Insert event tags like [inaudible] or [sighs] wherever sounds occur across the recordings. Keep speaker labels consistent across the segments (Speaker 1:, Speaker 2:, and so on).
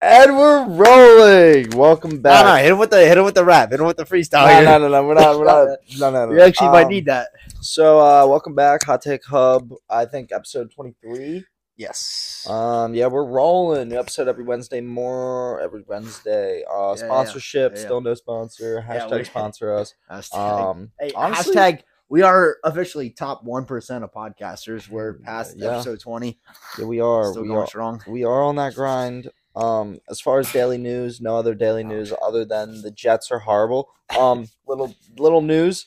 Speaker 1: And we're rolling. Welcome
Speaker 2: No, no,
Speaker 1: back.
Speaker 2: hit him with the hit him with the rap, hit him with the freestyle. here.
Speaker 1: no, no, no, We're not. We're
Speaker 2: [laughs]
Speaker 1: not. No, no, no.
Speaker 2: You actually might
Speaker 1: Um,
Speaker 2: need that.
Speaker 1: So, uh, welcome back, Hot Take Hub. I think episode twenty-three.
Speaker 2: Yes.
Speaker 1: Um, yeah, we're rolling. New episode every Wednesday. More every Wednesday. Uh,
Speaker 2: Yeah, yeah,
Speaker 1: sponsorship.
Speaker 2: yeah, yeah.
Speaker 1: Still no sponsor.
Speaker 2: Yeah,
Speaker 1: Hashtag
Speaker 2: we-
Speaker 1: sponsor us.
Speaker 2: hashtag,
Speaker 1: Um,
Speaker 2: [laughs] Hey,
Speaker 1: honestly-
Speaker 2: hashtag we are officially top one percent of podcasters. We're past
Speaker 1: Yeah.
Speaker 2: episode twenty.
Speaker 1: yeah, we are.
Speaker 2: Still
Speaker 1: we
Speaker 2: going
Speaker 1: are.
Speaker 2: strong.
Speaker 1: We are on that grind. Um, as far as daily news, no other daily news other than the Jets are horrible. Um, [laughs] little little news.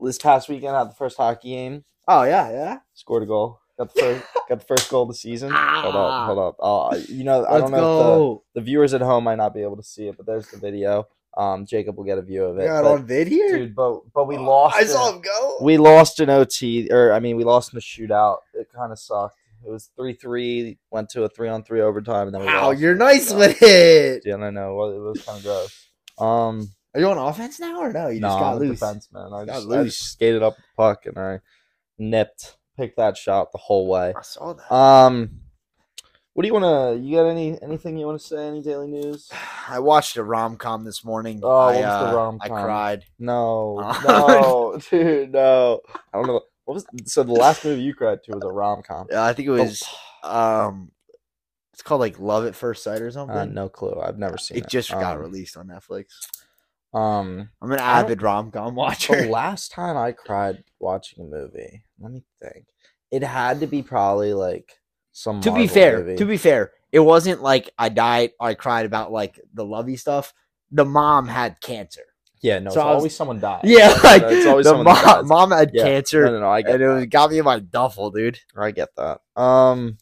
Speaker 1: This past weekend, I had the first hockey game.
Speaker 2: Oh yeah, yeah.
Speaker 1: Scored a goal. Got the
Speaker 2: [laughs]
Speaker 1: first, got the first goal of the season. Hold up, hold up. Uh, you know, I
Speaker 2: Ah. Let's
Speaker 1: don't know. If
Speaker 2: go.
Speaker 1: the, the viewers at home might not be able to see it, but there's the video. Um, Jacob will get a view of
Speaker 2: We
Speaker 1: it.
Speaker 2: got
Speaker 1: but-
Speaker 2: on vid here.
Speaker 1: dude, but but we
Speaker 2: Oh,
Speaker 1: lost.
Speaker 2: I
Speaker 1: in-
Speaker 2: saw him go.
Speaker 1: we lost an OT, or I mean, we lost in the shootout. It kind of sucked. It was three three, went to a three on three overtime, and then we
Speaker 2: Wow,
Speaker 1: lost.
Speaker 2: you're nice with it.
Speaker 1: Yeah, I know. Well, it was kind of gross. Um,
Speaker 2: Are you on offense now or no? You just
Speaker 1: nah,
Speaker 2: got
Speaker 1: I'm a
Speaker 2: loose.
Speaker 1: defenseman. I
Speaker 2: Got
Speaker 1: just, I
Speaker 2: loose.
Speaker 1: just skated up the puck and I nipped, picked that shot the whole way.
Speaker 2: I saw that.
Speaker 1: Um, what do you want to? You got any anything you want to say? Any daily news?
Speaker 2: [sighs] I watched a rom com this morning.
Speaker 1: Oh,
Speaker 2: I,
Speaker 1: what's the
Speaker 2: uh,
Speaker 1: rom-com?
Speaker 2: I cried.
Speaker 1: No,
Speaker 2: Uh, [laughs]
Speaker 1: no, dude, no. I don't know. What was so the last movie you cried to was a rom com.
Speaker 2: Uh, I think it was um it's called like Love at First Sight or something.
Speaker 1: Uh, no clue. I've never seen it.
Speaker 2: it just got
Speaker 1: Um,
Speaker 2: released on Netflix.
Speaker 1: Um,
Speaker 2: I'm an
Speaker 1: I don't-
Speaker 2: avid rom [laughs] com
Speaker 1: the
Speaker 2: watcher.
Speaker 1: last time I cried watching a movie, let me think. It had to be probably like some.
Speaker 2: to be
Speaker 1: Marvel
Speaker 2: fair,
Speaker 1: movie.
Speaker 2: to be fair, it wasn't like I died. I cried about like the lovey stuff. The mom had cancer.
Speaker 1: yeah, no,
Speaker 2: so
Speaker 1: it's
Speaker 2: I was-
Speaker 1: always someone dies.
Speaker 2: [laughs] Yeah, like
Speaker 1: Uh, it's always
Speaker 2: the
Speaker 1: someone that
Speaker 2: mom,
Speaker 1: dies.
Speaker 2: mom had
Speaker 1: Yeah,
Speaker 2: cancer,
Speaker 1: No, no, no, I get
Speaker 2: and it
Speaker 1: that.
Speaker 2: was, got me in my duffel, dude.
Speaker 1: I get that. Um,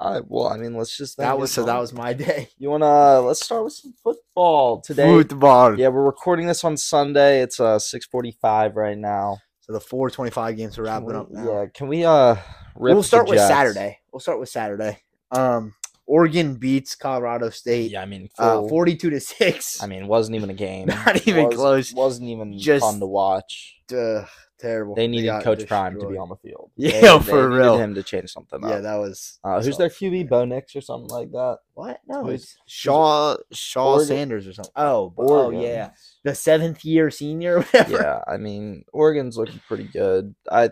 Speaker 1: I well, I mean, let's just then
Speaker 2: That
Speaker 1: get
Speaker 2: was so. That
Speaker 1: going.
Speaker 2: was my day.
Speaker 1: You wanna uh, let's start with some football [laughs] today.
Speaker 2: Football.
Speaker 1: Yeah, we're recording this on Sunday. It's uh six forty five right now.
Speaker 2: So the 425 games are
Speaker 1: Can
Speaker 2: wrapping
Speaker 1: we-
Speaker 2: up now.
Speaker 1: Yeah, can we uh? Rip
Speaker 2: we'll
Speaker 1: the
Speaker 2: start with
Speaker 1: Jets?
Speaker 2: Saturday. We'll start with Saturday. Um, Oregon beats Colorado State
Speaker 1: Yeah, I mean,
Speaker 2: uh,
Speaker 1: full-
Speaker 2: 42 to 6.
Speaker 1: I mean, wasn't even a game.
Speaker 2: [laughs] Not even
Speaker 1: Was-
Speaker 2: close.
Speaker 1: Wasn't even
Speaker 2: Just-
Speaker 1: fun to watch.
Speaker 2: Ugh, terrible.
Speaker 1: They needed
Speaker 2: got
Speaker 1: Coach Prime to be
Speaker 2: destroyed.
Speaker 1: on the field.
Speaker 2: Yeah,
Speaker 1: They- they
Speaker 2: for
Speaker 1: needed
Speaker 2: real.
Speaker 1: him to change something
Speaker 2: Yeah,
Speaker 1: up.
Speaker 2: that was.
Speaker 1: Uh, who's
Speaker 2: so-
Speaker 1: their QB? Bo Nix or something like that.
Speaker 2: What? No,
Speaker 1: Who's-
Speaker 2: it's Shaw Shaw
Speaker 1: Oregon-
Speaker 2: Sanders or something. Oh,
Speaker 1: Oregon.
Speaker 2: oh yeah, the seventh year senior. [laughs] or Whatever.
Speaker 1: yeah. I mean, Oregon's looking pretty good. I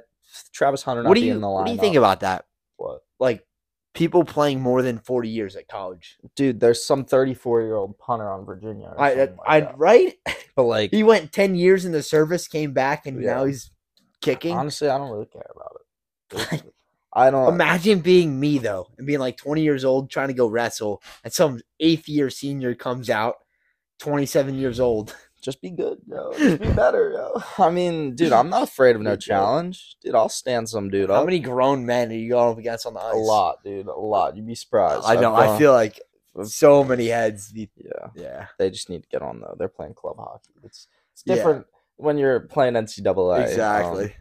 Speaker 1: Travis Hunter not
Speaker 2: What do you
Speaker 1: being in the lineup.
Speaker 2: What do you think about that?
Speaker 1: What?
Speaker 2: Like people playing more than 40 years at college.
Speaker 1: Dude, there's some 34 year old punter on Virginia. or
Speaker 2: I, that-
Speaker 1: something like
Speaker 2: I,
Speaker 1: that.
Speaker 2: right? [laughs]
Speaker 1: but like
Speaker 2: He went 10 years in the service, came back, and now
Speaker 1: Yeah.
Speaker 2: he's kicking.
Speaker 1: honestly, I don't really care about
Speaker 2: [laughs]
Speaker 1: it. It's- I don't.
Speaker 2: Imagine being me though, and being like 20 years old trying to go wrestle, and some eighth year senior comes out, 27 years old.
Speaker 1: just be good, yo. Just be better, yo. [laughs] I mean, dude, I'm not afraid of no
Speaker 2: Be good.
Speaker 1: challenge, dude. I'll stand some dude
Speaker 2: How
Speaker 1: up.
Speaker 2: many grown men are you going up against on the ice?
Speaker 1: A lot, dude. A lot. You'd be surprised.
Speaker 2: I
Speaker 1: I've
Speaker 2: know. I
Speaker 1: gone-
Speaker 2: feel like
Speaker 1: I've-
Speaker 2: so many heads. be-
Speaker 1: Yeah,
Speaker 2: Yeah,
Speaker 1: they just need to get on though. They're playing club hockey. It's it's
Speaker 2: Yeah.
Speaker 1: different when you're playing NCAA. um,
Speaker 2: exactly.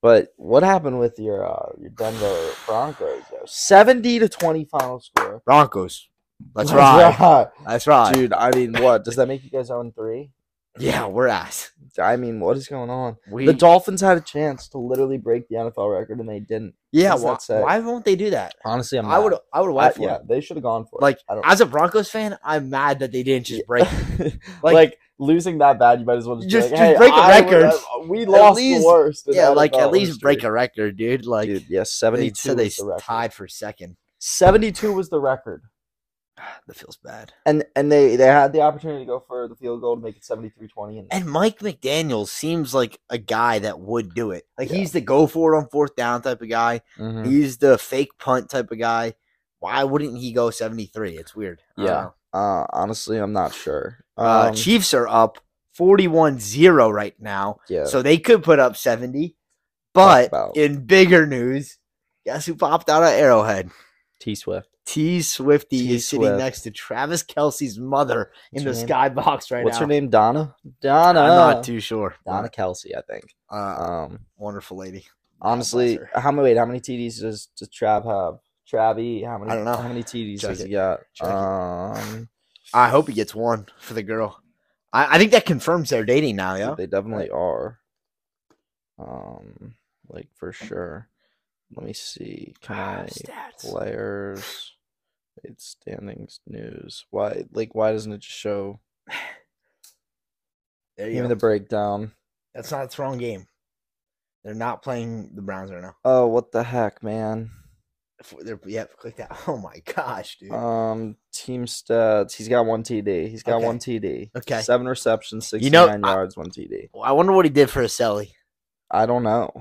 Speaker 1: but what happened with your uh, your Denver Broncos? Yo? Seventy to twenty final score.
Speaker 2: Broncos. Let's
Speaker 1: Let's [laughs]
Speaker 2: ride. Let's ride.
Speaker 1: dude. I mean, what does that make you guys own three?
Speaker 2: Yeah, we're ass.
Speaker 1: I mean, what is going on?
Speaker 2: We,
Speaker 1: the Dolphins had a chance to literally break the NFL record and they didn't.
Speaker 2: Yeah,
Speaker 1: does that
Speaker 2: why,
Speaker 1: say?
Speaker 2: why won't they do that?
Speaker 1: Honestly, I'm
Speaker 2: I would. I would
Speaker 1: I,
Speaker 2: laugh.
Speaker 1: yeah, they should have gone for
Speaker 2: Like
Speaker 1: it. I don't-
Speaker 2: as a Broncos fan, I'm mad that they didn't just break. [laughs]
Speaker 1: [laughs]
Speaker 2: it.
Speaker 1: like,
Speaker 2: like-
Speaker 1: losing that bad, you might as well just, be
Speaker 2: Just-
Speaker 1: like,
Speaker 2: just
Speaker 1: "Hey,
Speaker 2: break a
Speaker 1: I would
Speaker 2: record."
Speaker 1: have- we lost
Speaker 2: least-
Speaker 1: the worst. in
Speaker 2: yeah,
Speaker 1: NFL
Speaker 2: like at least break
Speaker 1: history.
Speaker 2: a record, dude. Like
Speaker 1: Dude, yes,
Speaker 2: they
Speaker 1: seventy two.
Speaker 2: said they
Speaker 1: was the record.
Speaker 2: tied for second.
Speaker 1: Seventy-two was the record,
Speaker 2: That feels bad.
Speaker 1: and and they they had the opportunity to go for the field goal to make it 73-20. And,
Speaker 2: And Mike McDaniel seems like a guy that would do it. Like
Speaker 1: Yeah.
Speaker 2: he's the go for it on fourth down type of guy.
Speaker 1: Mm-hmm.
Speaker 2: He's the fake punt type of guy. Why wouldn't he go 73? It's weird. I don't
Speaker 1: Yeah.
Speaker 2: know.
Speaker 1: uh, honestly, I'm not sure.
Speaker 2: Uh,
Speaker 1: Um,
Speaker 2: Chiefs are up 41-0 right now.
Speaker 1: yeah,
Speaker 2: So they could put up 70. But
Speaker 1: about.
Speaker 2: in bigger news, guess who popped out of Arrowhead?
Speaker 1: T Swift.
Speaker 2: T Swifty
Speaker 1: T.
Speaker 2: is sitting
Speaker 1: Swift.
Speaker 2: next to Travis Kelsey's mother in
Speaker 1: What's
Speaker 2: the
Speaker 1: her
Speaker 2: skybox right
Speaker 1: What's
Speaker 2: now.
Speaker 1: her name? Donna. Donna.
Speaker 2: I'm not too sure.
Speaker 1: Oh. Donna Kelsey, I think.
Speaker 2: Uh,
Speaker 1: Um,
Speaker 2: wonderful lady. God
Speaker 1: honestly,
Speaker 2: bless her.
Speaker 1: how many? Wait, how many TDs does does Trav have? Travie, how many?
Speaker 2: I don't know.
Speaker 1: How many TDs does
Speaker 2: Check
Speaker 1: he got?
Speaker 2: Check it.
Speaker 1: Um,
Speaker 2: I hope he gets one for the girl. I, I think that confirms they're dating now, yeah.
Speaker 1: they definitely are. Um, like for sure. Let me see. Can I
Speaker 2: Ah, Stats.
Speaker 1: players? It's standings news. Why like why doesn't it just show
Speaker 2: There you
Speaker 1: even
Speaker 2: go.
Speaker 1: the breakdown?
Speaker 2: That's not its wrong game. They're not playing the Browns right now.
Speaker 1: Oh, what the heck, man.
Speaker 2: If They're, yep, click that. [laughs] Oh my gosh, dude.
Speaker 1: Um team stats. He's got one TD. He's got
Speaker 2: Okay.
Speaker 1: one TD.
Speaker 2: Okay.
Speaker 1: Seven receptions,
Speaker 2: You know,
Speaker 1: 69
Speaker 2: I-
Speaker 1: yards, one TD.
Speaker 2: I wonder what he did for a Selly.
Speaker 1: I don't know.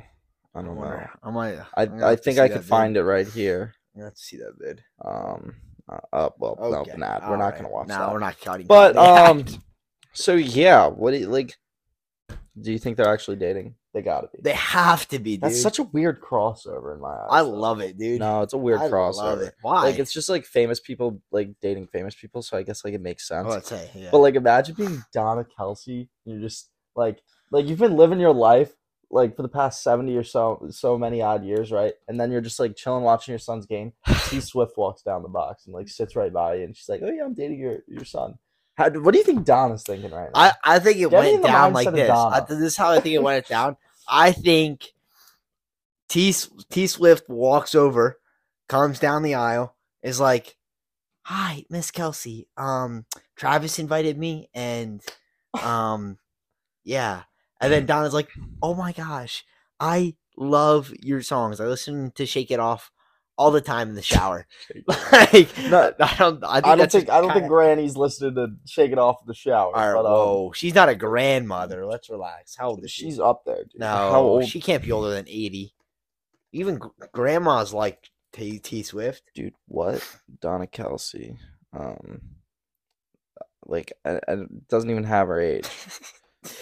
Speaker 1: I don't know.
Speaker 2: wonder. I might.
Speaker 1: I, I think I could find it right here.
Speaker 2: I'm gonna have to see that vid.
Speaker 1: Um, uh, uh, well,
Speaker 2: Okay.
Speaker 1: no, we're not. We're
Speaker 2: all
Speaker 1: not
Speaker 2: right.
Speaker 1: gonna watch
Speaker 2: no,
Speaker 1: that.
Speaker 2: we're not cutting.
Speaker 1: But
Speaker 2: that out.
Speaker 1: um, so yeah, what do you like? Do you think they're actually dating? They gotta be.
Speaker 2: [laughs] they have to be. Dude.
Speaker 1: That's such a weird crossover in my eyes.
Speaker 2: I
Speaker 1: [laughs] though.
Speaker 2: love it, dude.
Speaker 1: No, it's a weird
Speaker 2: I
Speaker 1: crossover.
Speaker 2: love it. Why?
Speaker 1: Like it's just like famous people like dating famous people, so I guess like it makes sense.
Speaker 2: oh, it's a, yeah.
Speaker 1: But like imagine being Donna Kelsey, and you're just like like you've been living your life like for the past seventy or so so many odd years, right? And then you're just like chilling watching your son's game.
Speaker 2: [sighs]
Speaker 1: T Swift walks down the box and like sits right by you and she's like, Oh yeah, I'm dating your, your son. How, what do you think Donna's thinking right now?
Speaker 2: I, I think it
Speaker 1: Get me in
Speaker 2: went
Speaker 1: the
Speaker 2: down
Speaker 1: mindset
Speaker 2: like
Speaker 1: of
Speaker 2: this. I,
Speaker 1: Donna.
Speaker 2: this is how I think
Speaker 1: [laughs]
Speaker 2: it went down. I think T T Swift walks over, comes down the aisle, is like, "Hi, Miss Kelsey. Um, Travis invited me, and um, yeah." And then Donna's like, "Oh my gosh, I love your songs. I listen to Shake It Off all the time in the shower.
Speaker 1: [laughs]
Speaker 2: [laughs] like,
Speaker 1: No,
Speaker 2: I don't, I, think
Speaker 1: I don't
Speaker 2: that's
Speaker 1: think I don't
Speaker 2: kinda-
Speaker 1: think Granny's listening to Shake It Off in the shower.
Speaker 2: all right,
Speaker 1: but, um,
Speaker 2: whoa. She's not a grandmother. Let's relax. How old is she?
Speaker 1: she's up there, dude.
Speaker 2: no,
Speaker 1: How old
Speaker 2: she can't be older than 80. Even gr- grandma's like T, T Swift.
Speaker 1: [laughs] dude, what Donna Kelsey? Um, like, I, I, doesn't even have her age.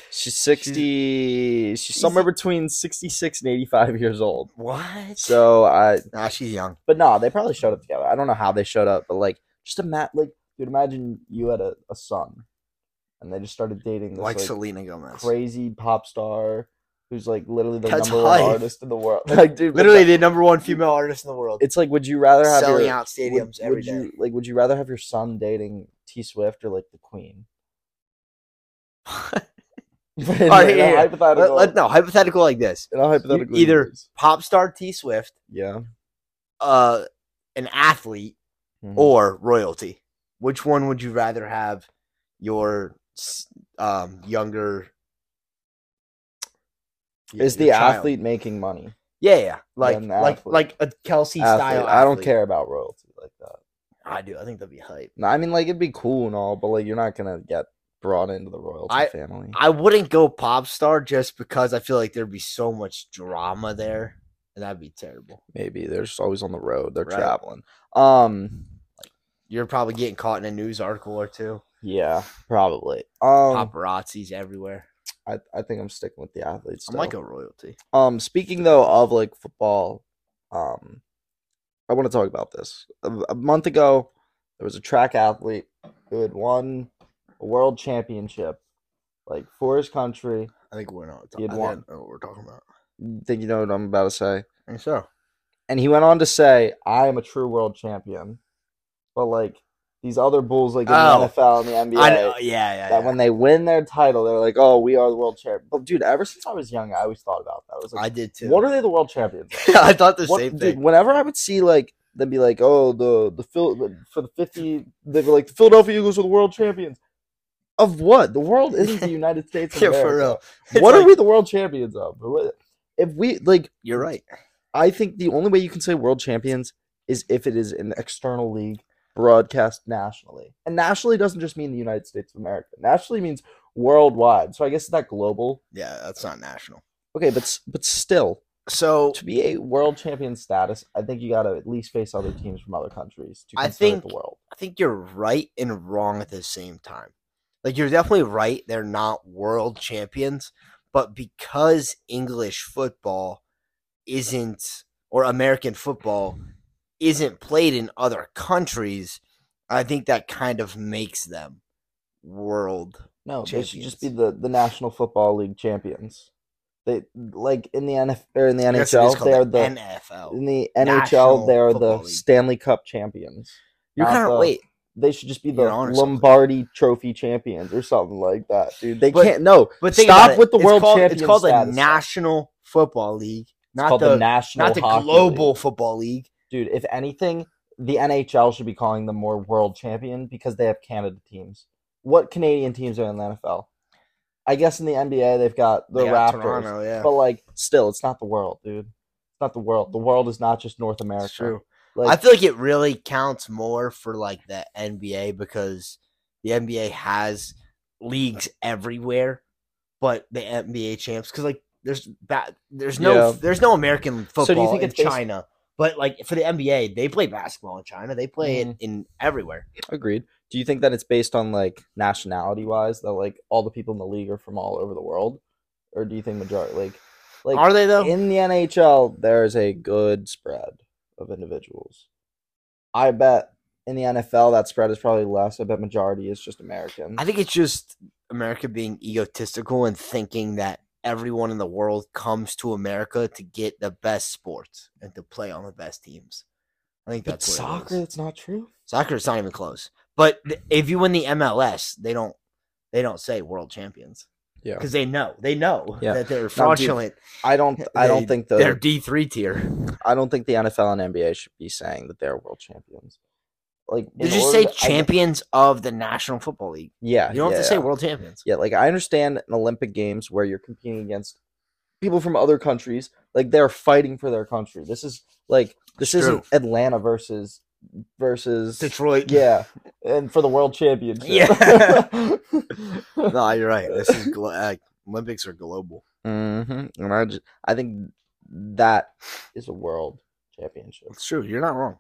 Speaker 1: She's sixty. She's, somewhere between sixty-six and eighty-five years old.
Speaker 2: What?
Speaker 1: So I,
Speaker 2: nah, she's young.
Speaker 1: but no, they probably showed up together. I don't know how they showed up, but like, just imagine, like, dude, imagine you had a, a son, and they just started dating this
Speaker 2: Like,
Speaker 1: like,
Speaker 2: Selena Gomez. [laughs]
Speaker 1: crazy pop star who's like literally the
Speaker 2: That's
Speaker 1: number one
Speaker 2: hype.
Speaker 1: artist in the world. Like, dude, but
Speaker 2: Literally
Speaker 1: that-
Speaker 2: the number one female artist in the world.
Speaker 1: it's like, would you rather have
Speaker 2: selling
Speaker 1: your,
Speaker 2: out
Speaker 1: would,
Speaker 2: stadiums every
Speaker 1: would
Speaker 2: day.
Speaker 1: you like would you rather have your son dating T Swift or like the Queen? [laughs] All
Speaker 2: right, here, here. [laughs] Let-
Speaker 1: hypothetical.
Speaker 2: let- no, hypothetical like this
Speaker 1: in a hypothetical
Speaker 2: either-
Speaker 1: universe.
Speaker 2: pop star T Swift,
Speaker 1: yeah
Speaker 2: uh, an athlete,
Speaker 1: mhm.
Speaker 2: or royalty. Which one would you rather have your s- um, younger? y-
Speaker 1: is the
Speaker 2: your child?
Speaker 1: athlete making money?
Speaker 2: Yeah, yeah, like
Speaker 1: an
Speaker 2: like
Speaker 1: athlete.
Speaker 2: like a Kelsey style.
Speaker 1: Athlete. I don't
Speaker 2: athlete.
Speaker 1: care about royalty like that.
Speaker 2: I do. I think that'd be hype.
Speaker 1: No, I mean like it'd be cool and all, but like you're not gonna get brought into the royalty
Speaker 2: I-
Speaker 1: family.
Speaker 2: I wouldn't go pop star just because I feel like there'd be so much drama there, and that'd be terrible.
Speaker 1: Maybe they're just always on the road. They're
Speaker 2: Right.
Speaker 1: traveling. Um,
Speaker 2: You're probably getting caught in a news article or two.
Speaker 1: yeah, probably. Um,
Speaker 2: Paparazzi's everywhere.
Speaker 1: I, I think I'm sticking with the athletes.
Speaker 2: I'm like a royalty.
Speaker 1: Um, speaking though of like football, um, I want to talk about this. A, a month ago, there was a track athlete who had won a world championship, like for his country.
Speaker 2: I think we're not.
Speaker 1: You'd
Speaker 2: I
Speaker 1: want-
Speaker 2: think I know what we're talking about.
Speaker 1: Think you know what I'm about to say?
Speaker 2: I think so.
Speaker 1: And he went on to say, "I am a true world champion." But like these other bulls, like in
Speaker 2: Oh.
Speaker 1: the NFL and the NBA,
Speaker 2: I know. Yeah, yeah.
Speaker 1: that
Speaker 2: yeah.
Speaker 1: when they win their title, they're like, "Oh, we are the world champion." But dude, ever since I was young, I always thought about that. I was
Speaker 2: I
Speaker 1: like,
Speaker 2: did too. [laughs]
Speaker 1: "What are they the world champions?" of?
Speaker 2: I thought the
Speaker 1: What-
Speaker 2: same
Speaker 1: dude,
Speaker 2: thing.
Speaker 1: whenever I would see like they'd be like, oh, the the Phil for the fifty, they were like the Philadelphia Eagles are the world champions. Of what? The world isn't
Speaker 2: [laughs]
Speaker 1: the United States of
Speaker 2: Yeah, for
Speaker 1: America. [laughs]
Speaker 2: real.
Speaker 1: What are we the world champions of? What- If we like,
Speaker 2: You're right.
Speaker 1: I think the only way you can say world champions is if it is an external league broadcast nationally, and nationally doesn't just mean the United States of America. Nationally means worldwide. So I guess is that global.
Speaker 2: Yeah, that's not national.
Speaker 1: Okay, but s- but still,
Speaker 2: So
Speaker 1: to be a world champion status, I think you got to at least face other teams from other countries to
Speaker 2: I
Speaker 1: consider it
Speaker 2: think-
Speaker 1: the world.
Speaker 2: I think you're right and wrong at the same time. Like you're definitely right. They're not world champions, but because English football isn't or American football isn't played in other countries, I think that kind of makes them world.
Speaker 1: No, they should just be the, the National Football League champions. They like in the NF or in the
Speaker 2: I guess it
Speaker 1: NHL,
Speaker 2: is called
Speaker 1: they are
Speaker 2: the
Speaker 1: the
Speaker 2: NFL.
Speaker 1: in the
Speaker 2: National
Speaker 1: NHL they are the
Speaker 2: Football League.
Speaker 1: Stanley Cup champions.
Speaker 2: You're
Speaker 1: not
Speaker 2: kind
Speaker 1: the-
Speaker 2: of wait.
Speaker 1: They should just be the
Speaker 2: You're onto something.
Speaker 1: Lombardi Trophy champions or something like that, dude. They
Speaker 2: But-
Speaker 1: can't no.
Speaker 2: But think
Speaker 1: Stop
Speaker 2: about it.
Speaker 1: with the
Speaker 2: It's
Speaker 1: world
Speaker 2: called, It's
Speaker 1: champion
Speaker 2: called the
Speaker 1: status.
Speaker 2: National Football League,
Speaker 1: It's
Speaker 2: not
Speaker 1: called
Speaker 2: the,
Speaker 1: National
Speaker 2: not the
Speaker 1: Hockey
Speaker 2: Global
Speaker 1: League.
Speaker 2: Football League.
Speaker 1: dude. If anything, the NHL should be calling them more world champion because they have Canada teams. What Canadian teams are in the NFL? I guess in the NBA they've got the
Speaker 2: They got
Speaker 1: Raptors,
Speaker 2: Toronto, yeah.
Speaker 1: but like still, it's not the world, dude. It's not the world. The world is not just North America.
Speaker 2: That's true.
Speaker 1: Like,
Speaker 2: I feel like it really counts more for like the NBA because the NBA has leagues everywhere, but the NBA champs because like there's ba- there's no
Speaker 1: Yeah.
Speaker 2: there's no American football
Speaker 1: do you think
Speaker 2: in
Speaker 1: it's basi-
Speaker 2: China, but like for the NBA they play basketball in China, they play
Speaker 1: Mm-hmm.
Speaker 2: it in everywhere.
Speaker 1: Agreed. Do you think that it's based on like nationality wise that like all the people in the league are from all over the world, or do you think majority like like
Speaker 2: Are they though?
Speaker 1: in the NHL there's a good spread of individuals. I bet in the NFL that spread is probably less. I bet majority is just American.
Speaker 2: I think it's just America being egotistical and thinking that everyone in the world comes to America to get the best sports and to play on the best teams. I think
Speaker 1: but
Speaker 2: that's what it is.
Speaker 1: soccer, it's not true.
Speaker 2: Soccer is not even close. But th- if you win the MLS, they don't they don't say world champions.
Speaker 1: Yeah.
Speaker 2: Because they know they know
Speaker 1: Yeah.
Speaker 2: that they're
Speaker 1: Now, do you-
Speaker 2: fraudulent.
Speaker 1: I don't. I don't
Speaker 2: They-
Speaker 1: think
Speaker 2: they're
Speaker 1: the.
Speaker 2: D three tier.
Speaker 1: I don't think the NFL and NBA should be saying that they're world champions. Like
Speaker 2: They
Speaker 1: in
Speaker 2: just
Speaker 1: order
Speaker 2: say
Speaker 1: to- I-
Speaker 2: champions of the National Football League.
Speaker 1: yeah,
Speaker 2: You don't
Speaker 1: yeah,
Speaker 2: have to
Speaker 1: yeah.
Speaker 2: say world champions.
Speaker 1: Yeah, like I understand in Olympic Games where you're competing against people from other countries, like they're fighting for their country. This is like this
Speaker 2: It's
Speaker 1: isn't Atlanta versus versus
Speaker 2: Detroit.
Speaker 1: yeah, and for the world championship. [laughs]
Speaker 2: Yeah. [laughs] no, you're right. This is
Speaker 1: [laughs]
Speaker 2: glo- uh, Olympics are global.
Speaker 1: hmm And I just, I think that is a world championship.
Speaker 2: It's true. You're not wrong.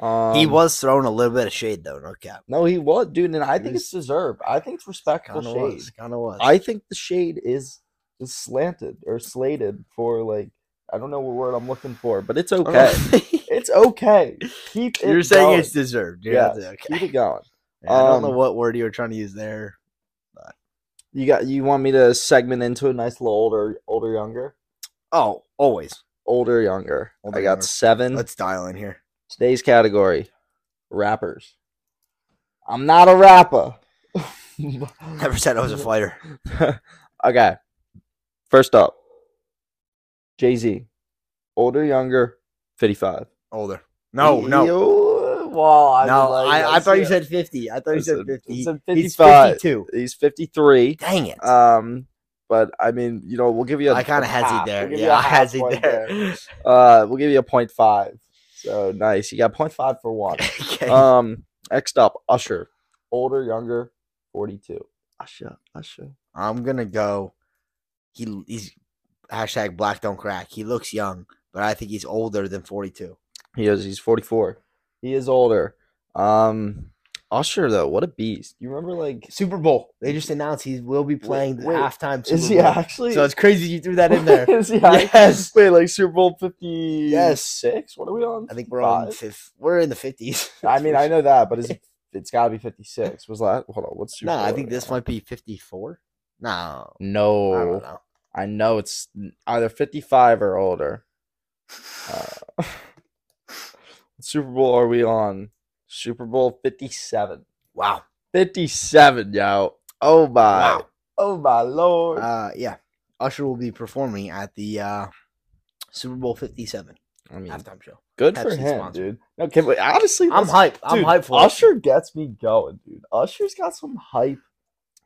Speaker 1: Um,
Speaker 2: he was throwing a little bit of shade though. No cap.
Speaker 1: no, he was, dude, and I
Speaker 2: He
Speaker 1: think it's deserved. I think it's respectful
Speaker 2: Kind of
Speaker 1: shade.
Speaker 2: was. Kind of was.
Speaker 1: I think the shade is is slanted or slated for like I don't know what word I'm looking for, but it's okay.
Speaker 2: [laughs] okay.
Speaker 1: it's okay. Keep it
Speaker 2: [laughs] you're saying
Speaker 1: going.
Speaker 2: it's deserved. You're
Speaker 1: Yes.
Speaker 2: okay.
Speaker 1: keep it going.
Speaker 2: Yeah, I don't know
Speaker 1: Um,
Speaker 2: what word you were trying to use there.
Speaker 1: You got you want me to segment into a nice little older older younger?
Speaker 2: Oh, always.
Speaker 1: Older younger.
Speaker 2: Older,
Speaker 1: I got
Speaker 2: younger.
Speaker 1: 7
Speaker 2: Let's dial in here. [laughs]
Speaker 1: today's category. Rappers. I'm not a rapper. [laughs]
Speaker 2: Never said I was a
Speaker 1: Mm-hmm.
Speaker 2: fighter.
Speaker 1: okay. First up. Jay-Z. Older younger 55.
Speaker 2: Older. No,
Speaker 1: Yo,
Speaker 2: no.
Speaker 1: Well, I
Speaker 2: no,
Speaker 1: mean, like,
Speaker 2: I, I thought you
Speaker 1: see-
Speaker 2: said 50. I thought you
Speaker 1: I
Speaker 2: said
Speaker 1: said-
Speaker 2: 50.
Speaker 1: I said
Speaker 2: He's
Speaker 1: 55.
Speaker 2: 52.
Speaker 1: he's 53.
Speaker 2: Dang it.
Speaker 1: Um, but I mean, you know, we'll give you. a
Speaker 2: I kind
Speaker 1: a
Speaker 2: of hezzy
Speaker 1: half.
Speaker 2: there.
Speaker 1: [laughs] We'll give you
Speaker 2: yeah,
Speaker 1: a
Speaker 2: I
Speaker 1: half
Speaker 2: hezzy
Speaker 1: point
Speaker 2: there.
Speaker 1: Uh, we'll give you a point five. So nice. You got point five for
Speaker 2: [laughs]
Speaker 1: one.
Speaker 2: [laughs] okay.
Speaker 1: um, next up, Usher, older, younger, forty-two. Usher, Usher.
Speaker 2: I'm going to go. He He's hashtag black don't crack. He looks young, but I think he's older than 42.
Speaker 1: He is. He's forty-four. He is older. Um, Usher though, what a beast. You remember like?
Speaker 2: Super Bowl. They just announced he will be playing the
Speaker 1: wait,
Speaker 2: halftime Super
Speaker 1: Is he
Speaker 2: Bowl.
Speaker 1: actually?
Speaker 2: So it's crazy you threw that
Speaker 1: [laughs]
Speaker 2: in there.
Speaker 1: is he actually-
Speaker 2: yes.
Speaker 1: Wait, like Super Bowl fifty? six. What are we on?
Speaker 2: [laughs] I think we're on
Speaker 1: Five?
Speaker 2: fifth. We're in the [laughs] 50s.
Speaker 1: I mean, I know that, but is it, it's got to be 56. Was that? Hold on, what's Super
Speaker 2: No, I
Speaker 1: Bowl
Speaker 2: think
Speaker 1: right
Speaker 2: this
Speaker 1: now?
Speaker 2: might be 54. No. I
Speaker 1: No,
Speaker 2: don't know.
Speaker 1: I know it's either 55 or older. Uh, [laughs] what Super Bowl are we on? Super Bowl 57.
Speaker 2: Wow.
Speaker 1: 57, yo. Oh my.
Speaker 2: Wow.
Speaker 1: Oh my lord.
Speaker 2: Uh, yeah. Usher will be performing at the uh, Super Bowl 57
Speaker 1: I mean,
Speaker 2: halftime show.
Speaker 1: good for
Speaker 2: Pepsi
Speaker 1: him,
Speaker 2: sponsor.
Speaker 1: dude. No, can we, honestly,
Speaker 2: I'm
Speaker 1: let's-
Speaker 2: hype. I'm
Speaker 1: dude,
Speaker 2: hype for Usher.
Speaker 1: Usher gets me going, dude. Usher's got some hype.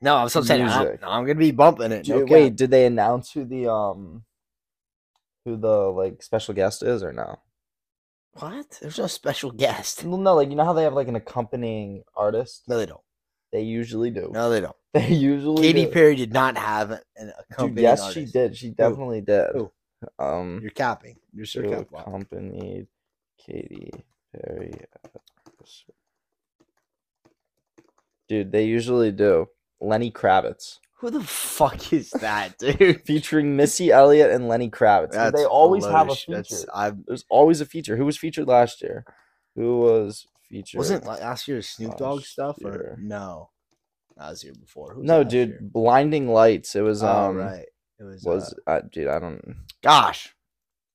Speaker 2: No, I'm so saying I'm,
Speaker 1: Music.
Speaker 2: I'm gonna be bumping it.
Speaker 1: Dude,
Speaker 2: No
Speaker 1: Wait,
Speaker 2: cap.
Speaker 1: did they announce who the um who the like special guest is or no?
Speaker 2: what? There's no special guest.
Speaker 1: Well, no, like you know how they have like an accompanying artist.
Speaker 2: [laughs] No, they don't.
Speaker 1: They usually do.
Speaker 2: No, they don't.
Speaker 1: [laughs] They usually.
Speaker 2: Katy
Speaker 1: do.
Speaker 2: Perry did not have an
Speaker 1: Dude,
Speaker 2: accompanying
Speaker 1: yes, she
Speaker 2: artist.
Speaker 1: did. She definitely did.
Speaker 2: Who?
Speaker 1: Um,
Speaker 2: You're capping. You're sure
Speaker 1: who
Speaker 2: capping.
Speaker 1: accompanied Katy Perry. at the show? Dude, they usually do. Lenny Kravitz
Speaker 2: Who the fuck [laughs] is that, dude?
Speaker 1: featuring Missy Elliott and Lenny Kravitz. Dude, they
Speaker 2: That's
Speaker 1: always have a
Speaker 2: loesch.
Speaker 1: feature.
Speaker 2: That's, I've,
Speaker 1: There's always a feature. Who was featured last year? Who was featured?
Speaker 2: wasn't like last year's Snoop Dogg
Speaker 1: Last
Speaker 2: stuff
Speaker 1: year.
Speaker 2: or no? That was the year before. Who was
Speaker 1: no,
Speaker 2: last
Speaker 1: dude.
Speaker 2: year?
Speaker 1: Blinding Lights. It was
Speaker 2: Oh,
Speaker 1: um.
Speaker 2: right. It was,
Speaker 1: Was
Speaker 2: uh,
Speaker 1: uh, dude? I don't.
Speaker 2: gosh.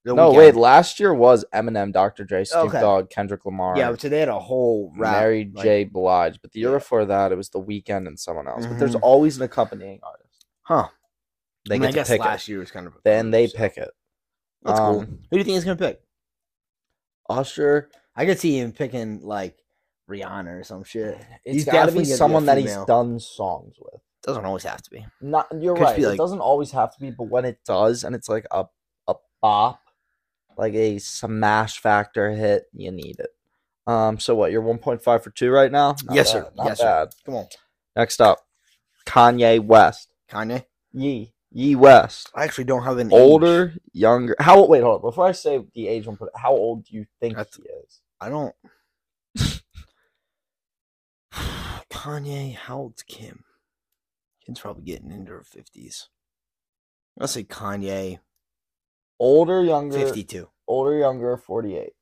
Speaker 2: The
Speaker 1: No, wait.
Speaker 2: Weeknd.
Speaker 1: Last year was Eminem, Dr. Dre, Snoop
Speaker 2: Okay.
Speaker 1: Dogg, Kendrick Lamar,
Speaker 2: Yeah, so they had a whole rap.
Speaker 1: Mary
Speaker 2: like-
Speaker 1: J. Blige. But the year
Speaker 2: Yeah.
Speaker 1: before that, it was The Weeknd and someone else. But there's
Speaker 2: Mhm.
Speaker 1: always an accompanying artist.
Speaker 2: Huh.
Speaker 1: They
Speaker 2: I mean,
Speaker 1: get
Speaker 2: I
Speaker 1: to
Speaker 2: guess
Speaker 1: pick
Speaker 2: last
Speaker 1: it.
Speaker 2: year was kind of. a
Speaker 1: Then
Speaker 2: fluke,
Speaker 1: they
Speaker 2: so-
Speaker 1: pick it.
Speaker 2: That's cool.
Speaker 1: Um,
Speaker 2: Who do you think is gonna pick?
Speaker 1: Usher.
Speaker 2: I could see him picking like Rihanna or some shit.
Speaker 1: It's
Speaker 2: He's
Speaker 1: gotta
Speaker 2: definitely
Speaker 1: be
Speaker 2: gonna be a
Speaker 1: someone that he's
Speaker 2: female.
Speaker 1: done songs with.
Speaker 2: Doesn't always have to be.
Speaker 1: Not you're
Speaker 2: Could just
Speaker 1: right.
Speaker 2: be
Speaker 1: it
Speaker 2: like-
Speaker 1: doesn't always have to be, but when it does, and it's like a a bop, like a smash factor hit, you need it. Um. So what? You're 1.5 for two right now.
Speaker 2: Yes, sir.
Speaker 1: Not
Speaker 2: Yes, sir.
Speaker 1: bad.
Speaker 2: Come on,
Speaker 1: Next up, Kanye West.
Speaker 2: Kanye.
Speaker 1: Yee. Yee West.
Speaker 2: I actually don't have an age.
Speaker 1: Older, younger. How? Wait, hold on. Before I say the age one, put it- how old do you think
Speaker 2: That's-
Speaker 1: he is?
Speaker 2: I don't. [sighs] Kanye, how old's Kim? Kim's probably getting into her fifties. Let's say Kanye
Speaker 1: Older, younger.
Speaker 2: fifty-two.
Speaker 1: Older, younger. Forty-eight.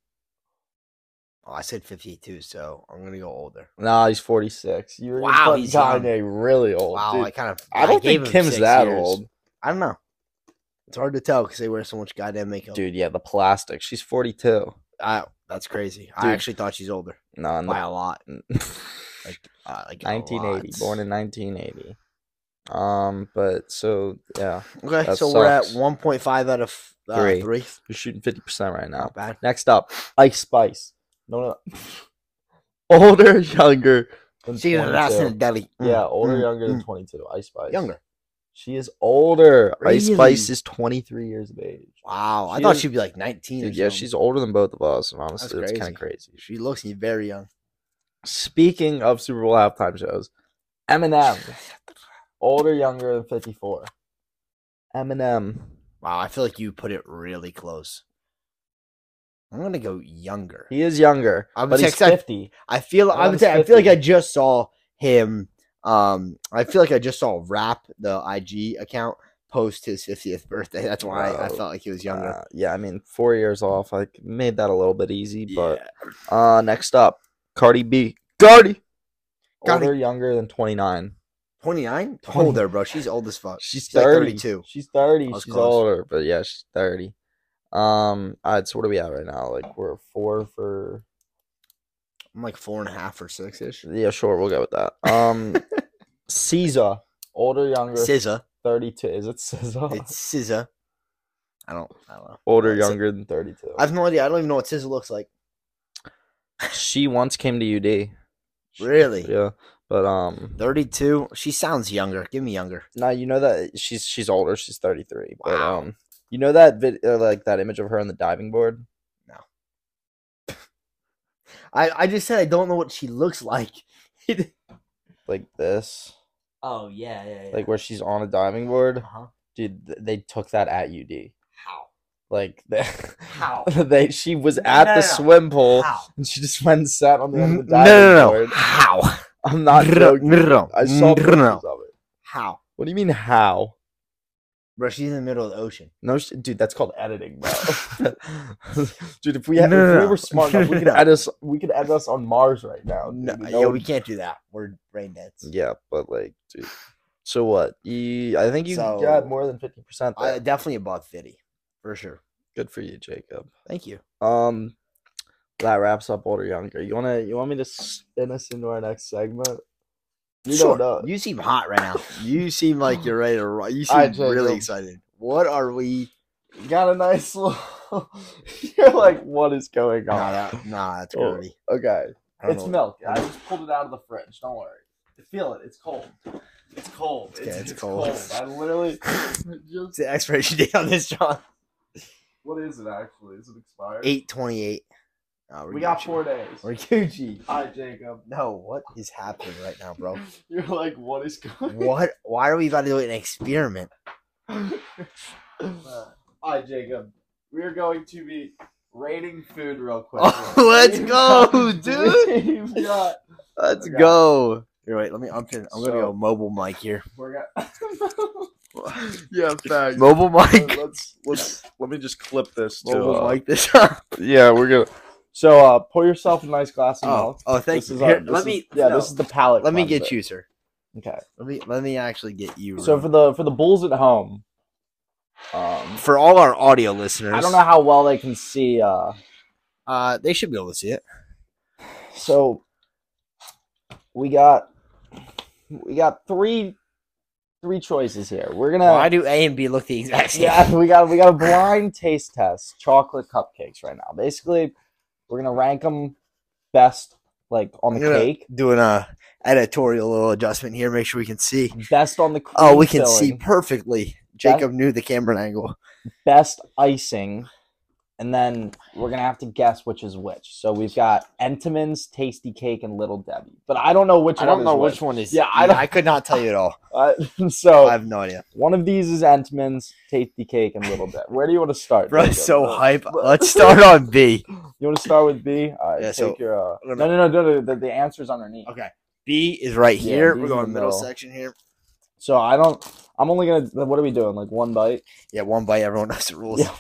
Speaker 2: Oh, I said fifty-two, so I'm gonna go older.
Speaker 1: Nah, he's forty-six. You're
Speaker 2: Wow,
Speaker 1: putting
Speaker 2: he's young.
Speaker 1: Kanye really old.
Speaker 2: Wow,
Speaker 1: dude.
Speaker 2: I kind of.
Speaker 1: I don't
Speaker 2: gave
Speaker 1: think
Speaker 2: him
Speaker 1: Kim's
Speaker 2: six
Speaker 1: that
Speaker 2: years.
Speaker 1: old.
Speaker 2: I don't know. It's hard to tell because they wear so much goddamn makeup.
Speaker 1: Dude, yeah, the plastic. She's 42.
Speaker 2: I, that's crazy.
Speaker 1: Dude.
Speaker 2: I actually thought she's older
Speaker 1: No, and the- [laughs]
Speaker 2: by a lot. Like, uh, like a
Speaker 1: 1980,
Speaker 2: lot.
Speaker 1: born in 1980. Um, but so yeah,
Speaker 2: Okay,
Speaker 1: That
Speaker 2: so we're at
Speaker 1: sucks.
Speaker 2: 1.5 out of uh,
Speaker 1: Three.
Speaker 2: three.
Speaker 1: you're shooting 50% right now.
Speaker 2: Not bad.
Speaker 1: Next up, Ice Spice. No, no, [laughs] older, younger than
Speaker 2: She's an ass in a
Speaker 1: 22.
Speaker 2: deli. Mm,
Speaker 1: Yeah, older,
Speaker 2: mm,
Speaker 1: younger than
Speaker 2: mm.
Speaker 1: 22. Ice Spice.
Speaker 2: Younger.
Speaker 1: She is older. Ice Spice
Speaker 2: Really?
Speaker 1: is 23 years of age.
Speaker 2: Wow, I
Speaker 1: She
Speaker 2: thought
Speaker 1: is-
Speaker 2: she'd be like 19
Speaker 1: Dude,
Speaker 2: or
Speaker 1: yeah,
Speaker 2: something.
Speaker 1: she's older than both of us, and honestly, it's kind
Speaker 2: crazy.
Speaker 1: of crazy.
Speaker 2: She looks very young.
Speaker 1: Speaking of Super Bowl halftime shows,
Speaker 2: [sighs]
Speaker 1: Eminem, older, younger than 54. Eminem,
Speaker 2: Wow, I feel like you put it really close. I'm gonna go younger.
Speaker 1: he is younger,
Speaker 2: I would
Speaker 1: but
Speaker 2: say-
Speaker 1: he's
Speaker 2: 'cause I-
Speaker 1: 50.
Speaker 2: I feel
Speaker 1: I
Speaker 2: I
Speaker 1: was
Speaker 2: would say I feel like
Speaker 1: 50.
Speaker 2: I just saw him. Um, I feel like I just saw Rap the IG account post his 50th birthday. That's why I, I
Speaker 1: Wow.
Speaker 2: felt like he was younger.
Speaker 1: Uh, yeah, I mean, four years off. I made that a little bit easy, but
Speaker 2: Yeah.
Speaker 1: uh, next up, Cardi B. Cardi!
Speaker 2: Cardi-
Speaker 1: Older, younger than 29.
Speaker 2: 29?
Speaker 1: Twenty-
Speaker 2: Older, bro. She's old as fuck.
Speaker 1: She's,
Speaker 2: like
Speaker 1: 30.
Speaker 2: 32.
Speaker 1: She's 30.
Speaker 2: I
Speaker 1: She's
Speaker 2: was close.
Speaker 1: older, but yeah, she's 30. Um, all right, so what are we at right now? Like, we're four for.
Speaker 2: I'm like four and a half or six ish.
Speaker 1: Yeah, sure, we'll go with that.
Speaker 2: [laughs]
Speaker 1: Um, Caesar, older, younger, [laughs]
Speaker 2: SZA.
Speaker 1: 32. Is it Caesar?
Speaker 2: It's SZA. I don't. I don't know.
Speaker 1: older,
Speaker 2: it's-
Speaker 1: younger than 32.
Speaker 2: I have no idea. I don't even know what SZA looks like.
Speaker 1: she once came to UD. She-
Speaker 2: Really?
Speaker 1: Yeah, but um,
Speaker 2: Thirty-two. She sounds younger. Give me younger.
Speaker 1: now you know that she's she's older. She's 33. But
Speaker 2: Wow.
Speaker 1: um, you know that video, like that image of her on the diving board.
Speaker 2: I I just said I don't know what she looks like. [laughs]
Speaker 1: Like this,
Speaker 2: oh yeah, yeah, yeah.
Speaker 1: like where she's on a diving board,
Speaker 2: uh-huh.
Speaker 1: dude. th- They took that at UD.
Speaker 2: how?
Speaker 1: Like, [laughs] they, [laughs]
Speaker 2: How?
Speaker 1: they she was
Speaker 2: No,
Speaker 1: at
Speaker 2: no,
Speaker 1: the
Speaker 2: no, no.
Speaker 1: swim pool
Speaker 2: How?
Speaker 1: and she just went and sat on the end
Speaker 2: N-
Speaker 1: of the
Speaker 2: No,
Speaker 1: diving
Speaker 2: no, no.
Speaker 1: board.
Speaker 2: How?
Speaker 1: I'm not
Speaker 2: No,
Speaker 1: joking.
Speaker 2: no, no.
Speaker 1: I saw
Speaker 2: No,
Speaker 1: pictures
Speaker 2: no.
Speaker 1: of it.
Speaker 2: How?
Speaker 1: What do you mean how?
Speaker 2: Bro, she's in the middle of the ocean.
Speaker 1: No, sh- dude, that's called editing, [laughs] bro. dude, if we had,
Speaker 2: No,
Speaker 1: if
Speaker 2: no,
Speaker 1: we
Speaker 2: no.
Speaker 1: were smart enough, we [laughs] could
Speaker 2: No.
Speaker 1: edit us. We could edit us on Mars right now.
Speaker 2: No,
Speaker 1: dude.
Speaker 2: yeah,
Speaker 1: No-
Speaker 2: we can't do that. We're brain dead.
Speaker 1: Yeah, but like, dude. So what? You, I think you got
Speaker 2: So-
Speaker 1: more than fifty percent.
Speaker 2: I definitely above fifty, for sure.
Speaker 1: Good for you, Jacob.
Speaker 2: Thank you.
Speaker 1: Um, that wraps up older younger. You wanna you want me to spin us into our next segment? You
Speaker 2: sure.
Speaker 1: don't know.
Speaker 2: You seem hot right now. You seem [laughs] like you're ready to run. You seem
Speaker 1: Alright,
Speaker 2: really
Speaker 1: Jacob.
Speaker 2: excited. What are we?
Speaker 1: You got a nice [laughs] little. You're like, what is going on?
Speaker 2: Nah, that, nah that's
Speaker 1: Oh,
Speaker 2: groovy.
Speaker 1: Okay.
Speaker 2: I don't
Speaker 1: It's
Speaker 2: know.
Speaker 1: milk. I just pulled it out of the fridge. Don't worry. Feel it. It's cold. It's cold.
Speaker 2: Okay, it's cold.
Speaker 1: I literally
Speaker 2: [laughs] What's
Speaker 1: just
Speaker 2: the expiration [laughs] date on this, John?
Speaker 1: what is it actually? Is it expired?
Speaker 2: Eight twenty-eight.
Speaker 1: We got four days.
Speaker 2: We're Gucci.
Speaker 1: Hi, Jacob.
Speaker 2: No, what is happening right now, bro?
Speaker 1: [laughs]
Speaker 2: [laughs]
Speaker 1: You're like, what is going? [laughs]
Speaker 2: What? Why are we about to do an experiment?
Speaker 1: Uh, Hi, Jacob. We are going to be rating food
Speaker 2: [laughs]
Speaker 1: real quick.
Speaker 2: Oh,
Speaker 1: [laughs]
Speaker 2: let's
Speaker 1: We've
Speaker 2: go,
Speaker 1: got-
Speaker 2: dude.
Speaker 1: We've got,
Speaker 2: Let's
Speaker 1: Okay.
Speaker 2: go. Here, wait. Let me. I'm gonna, I'm
Speaker 1: So-
Speaker 2: gonna go mobile mic here.
Speaker 1: we're [laughs] gonna. yeah, thanks.
Speaker 2: Mobile mic.
Speaker 1: Let's let's let me just clip this. uh,
Speaker 2: Mobile [laughs] mic. Oh, This up.
Speaker 1: Yeah, we're gonna. So uh, pour yourself a nice glass of
Speaker 2: Oh,
Speaker 1: milk.
Speaker 2: oh, thank
Speaker 1: This
Speaker 2: you.
Speaker 1: is
Speaker 2: Here,
Speaker 1: our- this
Speaker 2: let
Speaker 1: is-
Speaker 2: me.
Speaker 1: Yeah,
Speaker 2: no,
Speaker 1: this is the palate.
Speaker 2: Let me
Speaker 1: cleanser.
Speaker 2: get you, sir.
Speaker 1: Okay.
Speaker 2: Let me. Let me actually get you.
Speaker 1: So
Speaker 2: Ron.
Speaker 1: for the for the bulls at home, um,
Speaker 2: for all our audio listeners,
Speaker 1: I don't know how well they can see. Uh,
Speaker 2: Uh, they should be able to see it.
Speaker 1: so we got we got three three choices here. We're gonna.
Speaker 2: Why do A and B look the exact same?
Speaker 1: yeah, we got we got a blind taste test chocolate cupcakes right now. Basically, We're gonna rank them best, like on the
Speaker 2: I'm gonna-
Speaker 1: cake,
Speaker 2: [laughs] Doing a editorial little adjustment here. Make sure we can see.
Speaker 1: best on the cream
Speaker 2: Oh, we can see
Speaker 1: filling,
Speaker 2: perfectly. Jacob knew the camera angle.
Speaker 1: best icing, and then we're gonna have to guess which is which. So we've got Entenmann's, Tasty Cake, and Little Debbie, but I don't know which
Speaker 2: I
Speaker 1: one
Speaker 2: don't
Speaker 1: is
Speaker 2: know
Speaker 1: which.
Speaker 2: which one is.
Speaker 1: Yeah, I don't-
Speaker 2: I could not tell you at all.
Speaker 1: [laughs] Uh, so
Speaker 2: I have no idea.
Speaker 1: one of these is Entenmann's, Tasty Cake, and Little Debbie. Where do you want to start?
Speaker 2: Bro,
Speaker 1: Jacob? [laughs]
Speaker 2: so
Speaker 1: Uh,
Speaker 2: hype. Let's start on
Speaker 1: [laughs]
Speaker 2: B.
Speaker 1: You want to start with B? All right,
Speaker 2: Yeah,
Speaker 1: take
Speaker 2: so-
Speaker 1: your. Uh,
Speaker 2: no,
Speaker 1: no, no, no,
Speaker 2: no.
Speaker 1: no, no, The, the answer's underneath.
Speaker 2: Okay. B is right
Speaker 1: Yeah,
Speaker 2: here.
Speaker 1: B's
Speaker 2: We're
Speaker 1: in
Speaker 2: going
Speaker 1: the
Speaker 2: middle
Speaker 1: middle.
Speaker 2: section here.
Speaker 1: So I don't. I'm only gonna. What are we doing? Like one bite?
Speaker 2: Yeah, one bite. Everyone knows the rules.
Speaker 1: Yeah.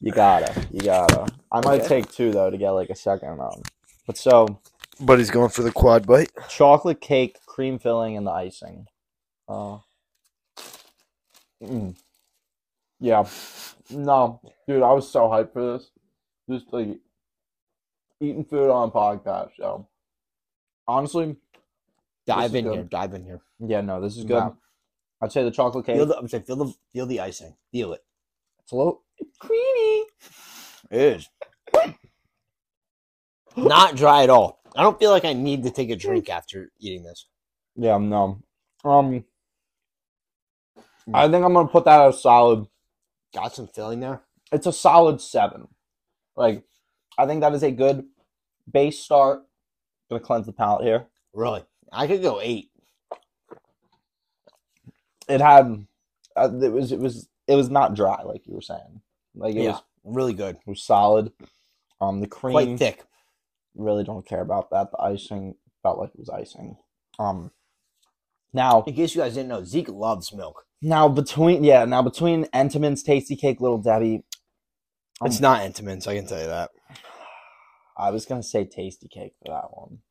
Speaker 1: You gotta. You gotta. I might
Speaker 2: Okay.
Speaker 1: take two though to get like a second round. But so
Speaker 2: But he's going for the quad bite.
Speaker 1: chocolate cake, cream filling, and the icing. Uh, mm. yeah. No, dude, I was so hyped for this. Just like eating food on a podcast. So honestly,
Speaker 2: Dive
Speaker 1: is
Speaker 2: in here.
Speaker 1: good.
Speaker 2: Dive in here.
Speaker 1: yeah, no, this is good.
Speaker 2: Wow.
Speaker 1: I'd say the chocolate cake.
Speaker 2: Feel the, I'm saying, feel the, feel the icing. Feel it.
Speaker 1: it's a little creamy.
Speaker 2: It is. Not dry at all. I don't feel like I need to take a drink
Speaker 1: Hmm.
Speaker 2: after eating this.
Speaker 1: Yeah, no. Um,
Speaker 2: Mm.
Speaker 1: I think I'm gonna put that as solid.
Speaker 2: Got some filling there.
Speaker 1: It's a solid seven. Like, I think that is a good base start. Gonna cleanse the palate here.
Speaker 2: Really. I could go eight.
Speaker 1: It had, uh, it was, it was, it was not dry like you were saying. Like it
Speaker 2: Yeah.
Speaker 1: was,
Speaker 2: Really good.
Speaker 1: it was solid. Um, the cream
Speaker 2: Quite thick.
Speaker 1: really don't care about that. The icing felt like it was icing. Um, now
Speaker 2: In case you guys didn't know, Zeke loves milk.
Speaker 1: now between yeah now between Entenmann's Tasty Cake, Little Debbie, Um,
Speaker 2: it's not Entenmann's, I can tell you that.
Speaker 1: I was gonna say tasty cake for that one. I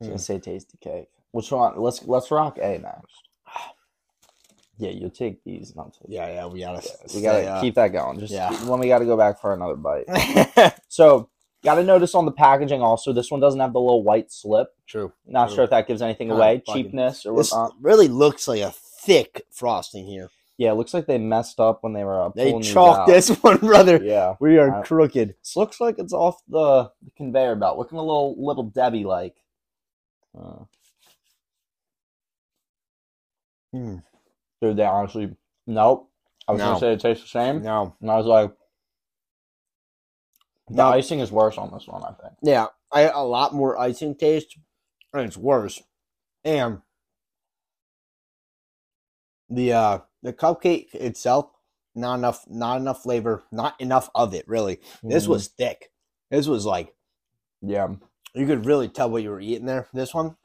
Speaker 1: was
Speaker 2: Hmm.
Speaker 1: gonna say tasty cake. Which one? Let's let's rock A next. [sighs] Yeah, you'll take these. And I'll take
Speaker 2: Yeah, yeah, we gotta.
Speaker 1: these. We gotta keep that going. Just
Speaker 2: yeah.
Speaker 1: when we gotta go back for another bite.
Speaker 2: keep. [laughs]
Speaker 1: So gotta notice on the packaging also. This one doesn't have the little white slip.
Speaker 2: True.
Speaker 1: Not
Speaker 2: True.
Speaker 1: sure if that gives anything
Speaker 2: Kinda
Speaker 1: away.
Speaker 2: fucking-
Speaker 1: Cheapness or
Speaker 2: This
Speaker 1: whatnot.
Speaker 2: really looks like a thick frosting here.
Speaker 1: Yeah, it looks like they messed up when they were uh,
Speaker 2: They
Speaker 1: pulling these
Speaker 2: chalked
Speaker 1: out.
Speaker 2: this [laughs] one, brother.
Speaker 1: Yeah,
Speaker 2: We are
Speaker 1: Uh,
Speaker 2: crooked.
Speaker 1: this looks like it's off the conveyor belt. Looking a little little Debbie like. Uh,
Speaker 2: Mm,
Speaker 1: Dude, Hmm. they honestly, nope. I was
Speaker 2: No.
Speaker 1: gonna say it tastes the same,
Speaker 2: No.
Speaker 1: and I was like, the
Speaker 2: No.
Speaker 1: icing is worse on this one. I think.
Speaker 2: Yeah, I a lot more icing taste, and it's worse. And the uh the cupcake itself, not enough, not enough flavor, not enough of it. Really, this
Speaker 1: Mm,
Speaker 2: was thick. This was like
Speaker 1: Hmm. yeah.
Speaker 2: you could really tell what you were eating there. This one,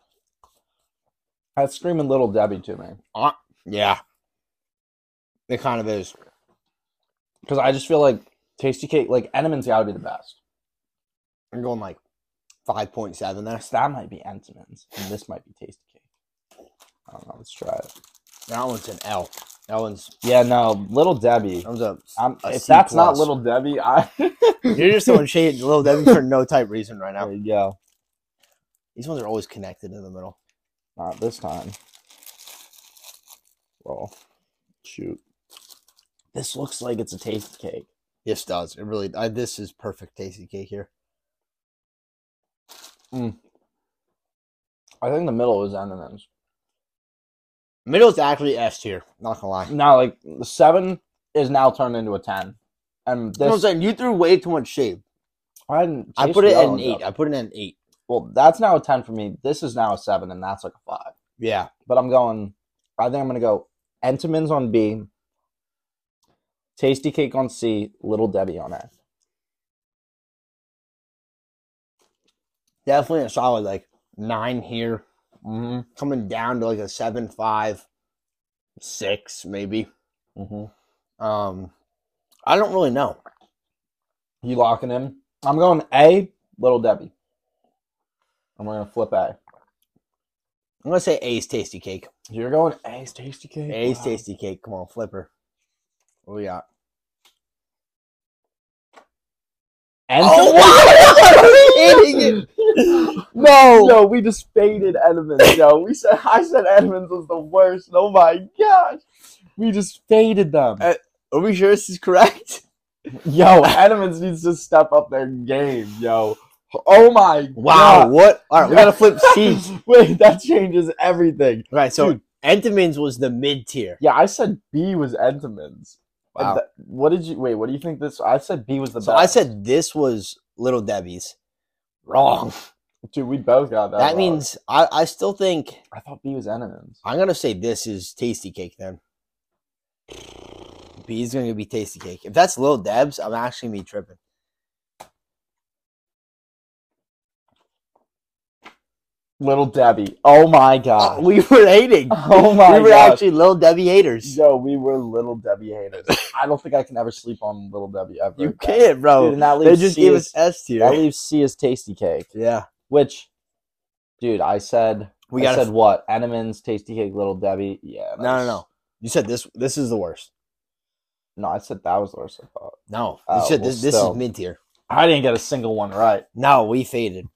Speaker 1: That's screaming Little Debbie to me
Speaker 2: yeah, it kind of is.
Speaker 1: because I just feel like Tasty Cake, like Entenmann's got to be the best.
Speaker 2: I'm going like five point seven there.
Speaker 1: Next, that might be Entenmann's, and this might be Tasty Cake. I don't know. Let's try it.
Speaker 2: That one's an L. That one's
Speaker 1: Yeah, no, Little Debbie.
Speaker 2: that one's a.
Speaker 1: I'm,
Speaker 2: a
Speaker 1: if
Speaker 2: C
Speaker 1: that's not
Speaker 2: plus.
Speaker 1: Little Debbie, I [laughs]
Speaker 2: You're [laughs] just throwing shade at Little Debbie for no type reason right now.
Speaker 1: there you go.
Speaker 2: These ones are always connected in the middle.
Speaker 1: Not this time. Well, shoot. This looks like it's a Tasty Cake.
Speaker 2: Yes, does it really? I, this is perfect tasty cake here.
Speaker 1: I think the middle is M&M's.
Speaker 2: Middle is actually S tier. Not gonna lie. You
Speaker 1: Now, like the seven is now turned into a ten, and
Speaker 2: know what I'm
Speaker 1: this
Speaker 2: saying? You threw way too much shade.
Speaker 1: I, didn't
Speaker 2: I
Speaker 1: taste
Speaker 2: put
Speaker 1: the
Speaker 2: it at
Speaker 1: other
Speaker 2: an
Speaker 1: ones
Speaker 2: eight.
Speaker 1: up.
Speaker 2: I put it at an eight.
Speaker 1: Well, that's now a ten for me. This is now a seven, and that's like a five.
Speaker 2: Yeah.
Speaker 1: But I'm going. I think I'm gonna go Entenmann's on B, Tasty Cake on C, Little Debbie on A.
Speaker 2: Definitely a solid like nine here.
Speaker 1: Mm-hmm.
Speaker 2: Coming down to like a seven, five, six, maybe.
Speaker 1: Mm-hmm.
Speaker 2: Um I don't really know.
Speaker 1: You locking in? I'm going A, Little Debbie, and we're gonna flip A.
Speaker 2: I'm gonna say A's tasty cake.
Speaker 1: You're going A's Tasty Cake.
Speaker 2: A's
Speaker 1: Wow. Oh,
Speaker 2: tasty cake. Come on, flipper. What we
Speaker 1: [laughs]
Speaker 2: got?
Speaker 1: Entenmann's.
Speaker 2: Oh,
Speaker 1: [laughs]
Speaker 2: no!
Speaker 1: Yo, we just faded Edmonds, yo. We said I said Edmonds was the worst. Oh my gosh. We just faded them.
Speaker 2: Uh, Are we sure this is correct?
Speaker 1: Yo, Edmonds needs to step up their game, yo. Oh my
Speaker 2: Wow,
Speaker 1: God.
Speaker 2: what? All right, we
Speaker 1: [laughs]
Speaker 2: gotta flip seats.
Speaker 1: Wait, that changes everything.
Speaker 2: All right, so
Speaker 1: Dude.
Speaker 2: Entenmann's was the mid tier.
Speaker 1: Yeah, I said B was Edmonds. And
Speaker 2: Wow.
Speaker 1: th- what did you wait? What do you think this? I said B was the
Speaker 2: so
Speaker 1: best.
Speaker 2: I said this was Little Debbie's. Wrong.
Speaker 1: dude, we both got that.
Speaker 2: that
Speaker 1: wrong.
Speaker 2: means I, I still think
Speaker 1: I thought B was Edmonds.
Speaker 2: I'm gonna say this is Tasty Cake then. B is gonna be Tasty Cake. If that's Little Debs, I'm actually gonna be tripping.
Speaker 1: Little Debbie. Oh my
Speaker 2: Oh,
Speaker 1: God.
Speaker 2: [laughs] we were hating.
Speaker 1: [laughs] Oh my
Speaker 2: we were
Speaker 1: gosh.
Speaker 2: actually Little Debbie haters.
Speaker 1: Yo, we were Little Debbie haters. I don't think I can ever sleep on Little Debbie ever.
Speaker 2: You
Speaker 1: again.
Speaker 2: can't, bro.
Speaker 1: Dude, and that
Speaker 2: they
Speaker 1: leaves
Speaker 2: just
Speaker 1: C
Speaker 2: gave
Speaker 1: as-
Speaker 2: us S
Speaker 1: That
Speaker 2: tier.
Speaker 1: leaves C as Tasty Cake,
Speaker 2: Yeah,
Speaker 1: which, dude, I said
Speaker 2: we
Speaker 1: I
Speaker 2: got.
Speaker 1: said what? Edmonds, Tasty Cake, Little Debbie. Yeah. that
Speaker 2: No, no,
Speaker 1: was-
Speaker 2: no. You said this. This is the worst.
Speaker 1: No, I said that was the worst I thought.
Speaker 2: No, you
Speaker 1: Oh,
Speaker 2: said
Speaker 1: well,
Speaker 2: this. This
Speaker 1: still.
Speaker 2: is mid tier.
Speaker 1: I didn't get a single one right,
Speaker 2: No, we faded.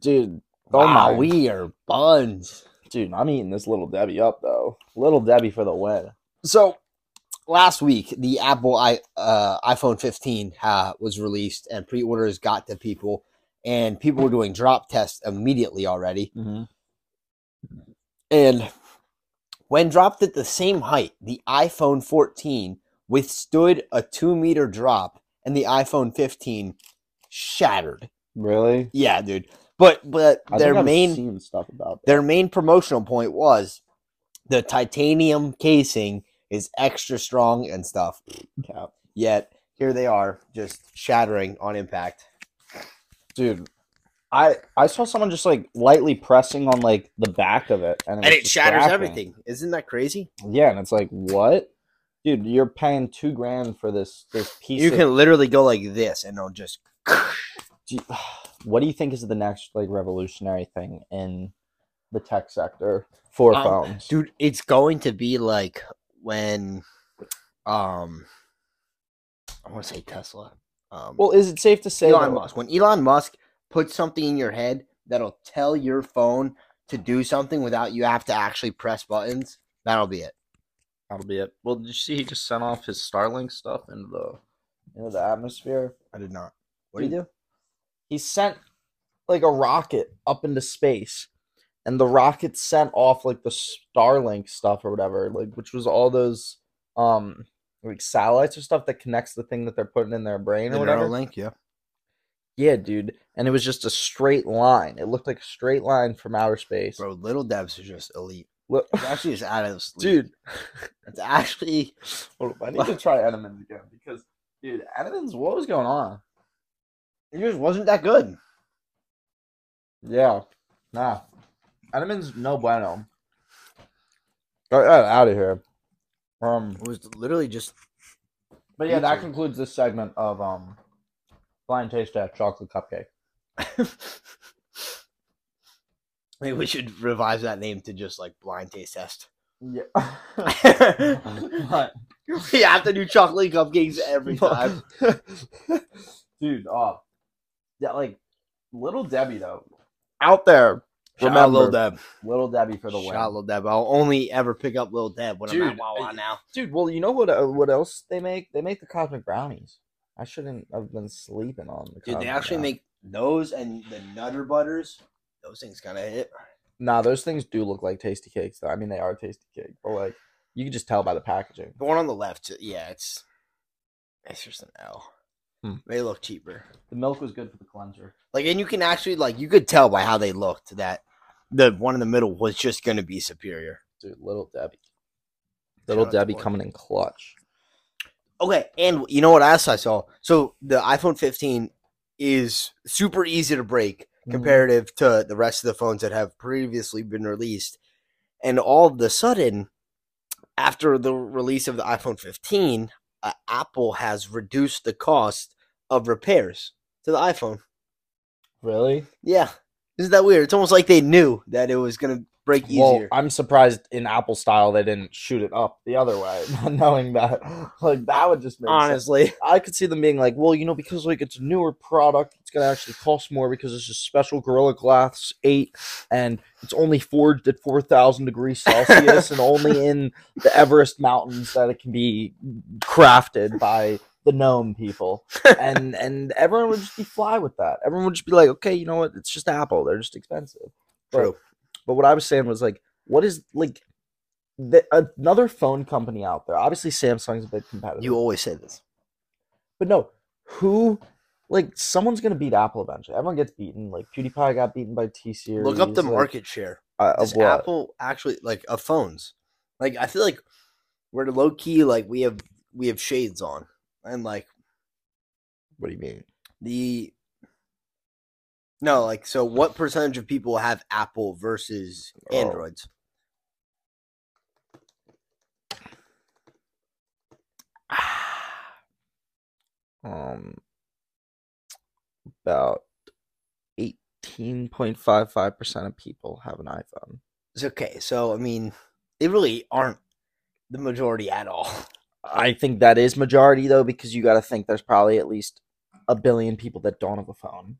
Speaker 1: dude. oh Don't
Speaker 2: Wow,
Speaker 1: mind.
Speaker 2: we are buns.
Speaker 1: Dude, I'm eating this little Debbie up though. Little Debbie for the win.
Speaker 2: So last week, the Apple i uh, iPhone 15 uh, was released, and pre-orders got to people, and people were doing drop tests immediately already.
Speaker 1: Mm-hmm.
Speaker 2: And when dropped at the same height, the iPhone 14 withstood a two-meter drop, and the iPhone 15 shattered.
Speaker 1: Really?
Speaker 2: Yeah, dude. But but
Speaker 1: I
Speaker 2: their
Speaker 1: think I've
Speaker 2: main
Speaker 1: seen stuff about that.
Speaker 2: their main promotional point was the titanium casing is extra strong and stuff.
Speaker 1: Cap.
Speaker 2: Yet here they are, just shattering on impact.
Speaker 1: Dude, I I saw someone just like lightly pressing on like the back of it, and it,
Speaker 2: And
Speaker 1: was
Speaker 2: it
Speaker 1: just
Speaker 2: shatters
Speaker 1: cracking.
Speaker 2: everything. Isn't that crazy?
Speaker 1: Yeah, and it's like what, dude? You're paying two grand for this this piece.
Speaker 2: You
Speaker 1: of-
Speaker 2: can literally go like this and it'll just
Speaker 1: do you- [sighs] what do you think is the next like revolutionary thing in the tech sector for
Speaker 2: Um,
Speaker 1: phones?
Speaker 2: dude, it's going to be like when um I want to say Tesla. Um
Speaker 1: well, is it safe to say
Speaker 2: Elon
Speaker 1: that-
Speaker 2: Musk. When Elon Musk puts something in your head that'll tell your phone to do something without you have to actually press buttons, that'll be it.
Speaker 1: That'll be it. Well, did you see he just sent off his Starlink stuff into the into the atmosphere?
Speaker 2: I did not.
Speaker 1: What do you do? He sent like a rocket up into space, and the rocket sent off like the Starlink stuff or whatever, like which was all those um like satellites or stuff that connects the thing that they're putting in their brain or whatever.
Speaker 2: link, yeah.
Speaker 1: Yeah, dude. And it was just a straight line. It looked like a straight line from outer space.
Speaker 2: Bro, little Debs is just elite.
Speaker 1: Look- [laughs]
Speaker 2: It's actually just out of this league.
Speaker 1: dude.
Speaker 2: It's [laughs] actually
Speaker 1: Hold up, [laughs] I need to try Edmonds again because, dude, Edmonds, what was going on?
Speaker 2: it just wasn't that good.
Speaker 1: Yeah. Nah. Edmonds, no bueno. All right, out of here. Um,
Speaker 2: It was literally just
Speaker 1: but yeah, that
Speaker 2: Pizza.
Speaker 1: concludes this segment of um, blind taste test chocolate cupcake.
Speaker 2: [laughs] Maybe we should revise that name to just like blind taste [laughs] test.
Speaker 1: [laughs] Yeah. [laughs]
Speaker 2: we have to do chocolate cupcakes every time.
Speaker 1: dude, oh, yeah, like little Debbie though. Out there,
Speaker 2: Shout out Lil
Speaker 1: Remember.
Speaker 2: Deb.
Speaker 1: little Debbie for the
Speaker 2: Shout
Speaker 1: win.
Speaker 2: out Lil Deb. I'll only ever pick up Lil Deb when I'm at
Speaker 1: Dude,
Speaker 2: Wawa
Speaker 1: I-
Speaker 2: now.
Speaker 1: Dude, well, you know what? Uh, what else they make? They make the cosmic brownies. I shouldn't have been sleeping on the.
Speaker 2: Dude, they
Speaker 1: Cosmic
Speaker 2: actually
Speaker 1: Brownies.
Speaker 2: make those and the Nutter Butters. Those things kind of hit.
Speaker 1: Nah, those things do look like tasty cakes. Though. I mean, they are tasty cake, but like you can just tell by the packaging.
Speaker 2: The one on the left, yeah, it's it's just an L.
Speaker 1: Hmm.
Speaker 2: They look cheaper.
Speaker 1: The milk was good for the cleanser.
Speaker 2: Like, and you can actually like you could tell by how they looked that the one in the middle was just going to be superior.
Speaker 1: Dude, little Debbie. Little
Speaker 2: out to
Speaker 1: Debbie
Speaker 2: Morgan.
Speaker 1: coming in clutch.
Speaker 2: Okay, and you know what else I saw? So the iPhone 15 is super easy to break
Speaker 1: Mhm.
Speaker 2: comparative to the rest of the phones that have previously been released. And all of a sudden, after the release of the iPhone 15, uh, Apple has reduced the cost of repairs to the iPhone.
Speaker 1: Really?
Speaker 2: Yeah, isn't that weird? It's almost like they knew that it was going to break easier.
Speaker 1: Well, I'm surprised in Apple style they didn't shoot it up the other way, [laughs] not knowing that. Like that would just make sense.
Speaker 2: honestly,
Speaker 1: I could see them being like, well, you know, because like it's a newer product, it's gonna actually cost more because it's a special Gorilla Glass eight, and it's only forged at four thousand degrees Celsius and only in the Everest mountains that it can be crafted by the gnome people, and and everyone would just be fly with that. Everyone would just be like, okay, you know what? It's just Apple. They're just expensive. But-
Speaker 2: True.
Speaker 1: But what I was saying was like, what is like the, another phone company out there? Obviously, Samsung's a big competitor.
Speaker 2: You always say this.
Speaker 1: But no, who like someone's gonna beat Apple eventually. Everyone gets beaten. Like PewDiePie got beaten by T Series.
Speaker 2: Look up the market share.
Speaker 1: uh,
Speaker 2: Does
Speaker 1: of what?
Speaker 2: Apple actually like of phones? Like I feel like we're low key like we have we have shades on and like
Speaker 1: What do you mean? [sighs]
Speaker 2: the no like so what percentage of people have Apple versus
Speaker 1: Oh.
Speaker 2: Androids?
Speaker 1: Um, about eighteen point five five percent of people have an iPhone.
Speaker 2: It's okay. So I mean, they really aren't the majority at all. [laughs]
Speaker 1: I think that is majority though, because you got to think there's probably at least a billion people that don't have a phone.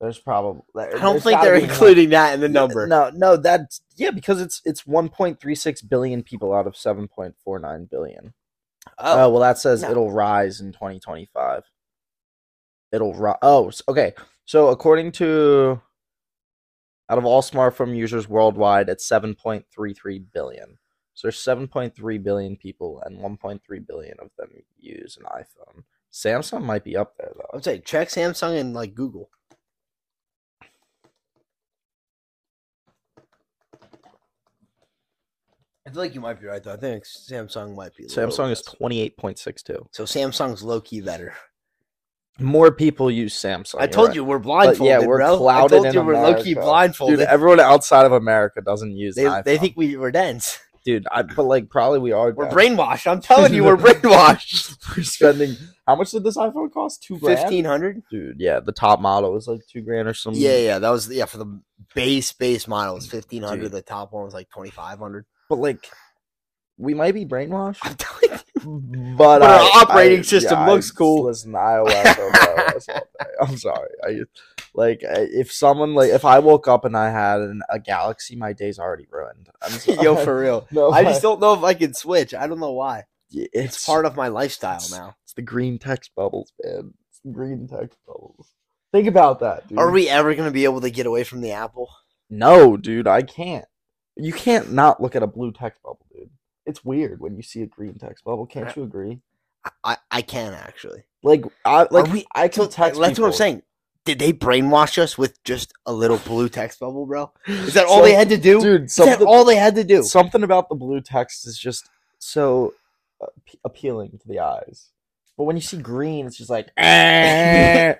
Speaker 1: There's probably
Speaker 2: I don't think they're including that in the number.
Speaker 1: No, no, that's yeah, because it's it's one point three six billion people out of seven point four nine billion. Oh,
Speaker 2: Oh,
Speaker 1: well, that says
Speaker 2: no.
Speaker 1: it'll rise in 2025. It'll rise. Oh, s- okay. So according to out of all smartphone users worldwide, it's 7.33 billion. So there's 7.3 billion people, and 1.3 billion of them use an iPhone. Samsung might be up there though.
Speaker 2: I'm saying check Samsung and like Google. I feel like you might be right though. I think Samsung might be. a little
Speaker 1: Samsung is
Speaker 2: best.
Speaker 1: 28.62.
Speaker 2: so Samsung's low key better.
Speaker 1: More people use Samsung.
Speaker 2: I
Speaker 1: you're
Speaker 2: told
Speaker 1: right.
Speaker 2: you we're blindfolded,
Speaker 1: we're
Speaker 2: bro.
Speaker 1: clouded
Speaker 2: I told
Speaker 1: in
Speaker 2: you we're low key
Speaker 1: America.
Speaker 2: blindfolded.
Speaker 1: dude. Everyone outside of America doesn't use.
Speaker 2: they,
Speaker 1: an
Speaker 2: they
Speaker 1: iPhone.
Speaker 2: think we were dense.
Speaker 1: dude. I, but like, probably we are.
Speaker 2: We're
Speaker 1: dumb.
Speaker 2: brainwashed. I'm telling you,
Speaker 1: [laughs]
Speaker 2: we're brainwashed.
Speaker 1: We're spending. How much did this iPhone cost? Two grand.
Speaker 2: Fifteen hundred.
Speaker 1: dude. Yeah, the top model was like two grand or something.
Speaker 2: Yeah, yeah, that was yeah for the base base model was fifteen
Speaker 1: Um, Dude.
Speaker 2: hundred. The top one was like twenty five hundred. [laughs]
Speaker 1: but like, we might be brainwashed.
Speaker 2: I'm telling you.
Speaker 1: But
Speaker 2: our
Speaker 1: I-
Speaker 2: operating
Speaker 1: I-
Speaker 2: system
Speaker 1: yeah,
Speaker 2: looks
Speaker 1: I
Speaker 2: cool.
Speaker 1: Listen, to iOS. over iOS all
Speaker 2: [laughs]
Speaker 1: day. I'm sorry. I like I- if someone like if I woke up and I had an, a Galaxy, my day's already ruined. I'm [laughs] sorry.
Speaker 2: [laughs] Yo, for real.
Speaker 1: No,
Speaker 2: I just
Speaker 1: but-
Speaker 2: don't know if I can switch. I don't know why.
Speaker 1: it's,
Speaker 2: It's, part of my lifestyle
Speaker 1: it's-
Speaker 2: now.
Speaker 1: It's the green text bubbles, man. It's the green text bubbles. Think about that, dude.
Speaker 2: Are we ever going to be able to get away from the Apple?
Speaker 1: No, dude, I can't. You can't not look at a blue text bubble, dude. It's weird when you see a green text bubble. Can't
Speaker 2: Right.
Speaker 1: you agree?
Speaker 2: I, I, I can actually.
Speaker 1: Like, I like
Speaker 2: we-
Speaker 1: I can text.
Speaker 2: That's what I'm
Speaker 1: people.
Speaker 2: saying. Did they brainwash us with just a little blue text bubble, bro? Is that all they had to do?
Speaker 1: dude?
Speaker 2: Is that
Speaker 1: Something,
Speaker 2: all they had to do?
Speaker 1: something about the blue text is just so uh, p- appealing to the eyes. But when you see green, it's just like, [laughs] "Ah,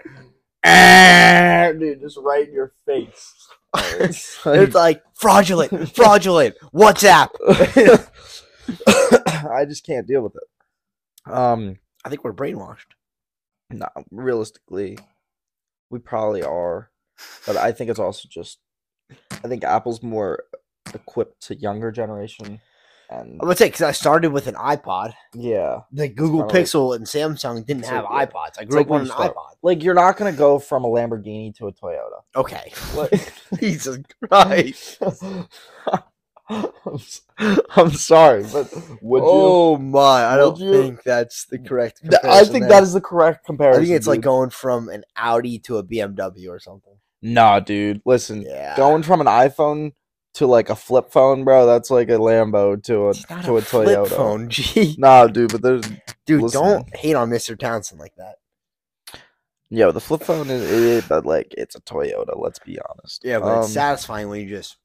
Speaker 1: ah," dude, just right in your face. [laughs] It's like-
Speaker 2: [laughs] It's like
Speaker 1: [laughs]
Speaker 2: fraudulent, fraudulent, WhatsApp.
Speaker 1: I just can't deal with it. Um,
Speaker 2: I think we're brainwashed.
Speaker 1: no, realistically, we probably are, but I think it's also just, I think Apple's more equipped to younger generation, and
Speaker 2: I'm gonna say because I started with an iPod.
Speaker 1: yeah,
Speaker 2: The Google
Speaker 1: Kinda like-
Speaker 2: Pixel and Samsung didn't
Speaker 1: It's
Speaker 2: have
Speaker 1: like, yeah.
Speaker 2: iPods. I
Speaker 1: It's
Speaker 2: grew
Speaker 1: like
Speaker 2: up on
Speaker 1: when
Speaker 2: an
Speaker 1: you start-
Speaker 2: iPod.
Speaker 1: like you're not gonna go from a Lamborghini to a Toyota.
Speaker 2: Okay. [laughs]
Speaker 1: Like, [laughs]
Speaker 2: Jesus Christ.
Speaker 1: I'm, s- I'm sorry, but would you?
Speaker 2: oh my! I don't
Speaker 1: Would you-
Speaker 2: think that's the correct.
Speaker 1: Th- I
Speaker 2: comparison
Speaker 1: think
Speaker 2: there.
Speaker 1: that is the correct
Speaker 2: I
Speaker 1: comparison.
Speaker 2: think it's like
Speaker 1: dude.
Speaker 2: going from an Audi to a BMW or something.
Speaker 1: nah, dude. Listen,
Speaker 2: Yeah.
Speaker 1: going from an iPhone to like a flip phone, bro. That's like a Lambo to a
Speaker 2: It's not
Speaker 1: to a,
Speaker 2: flip
Speaker 1: Toyota.
Speaker 2: phone, [laughs] gee.
Speaker 1: Nah, dude, but there's
Speaker 2: Dude,
Speaker 1: Listen.
Speaker 2: don't hate on Mr. Townsend like that.
Speaker 1: yo, the flip phone is, it is, but like it's a Toyota. Let's be honest.
Speaker 2: Yeah, but it's
Speaker 1: Um,
Speaker 2: satisfying when you just.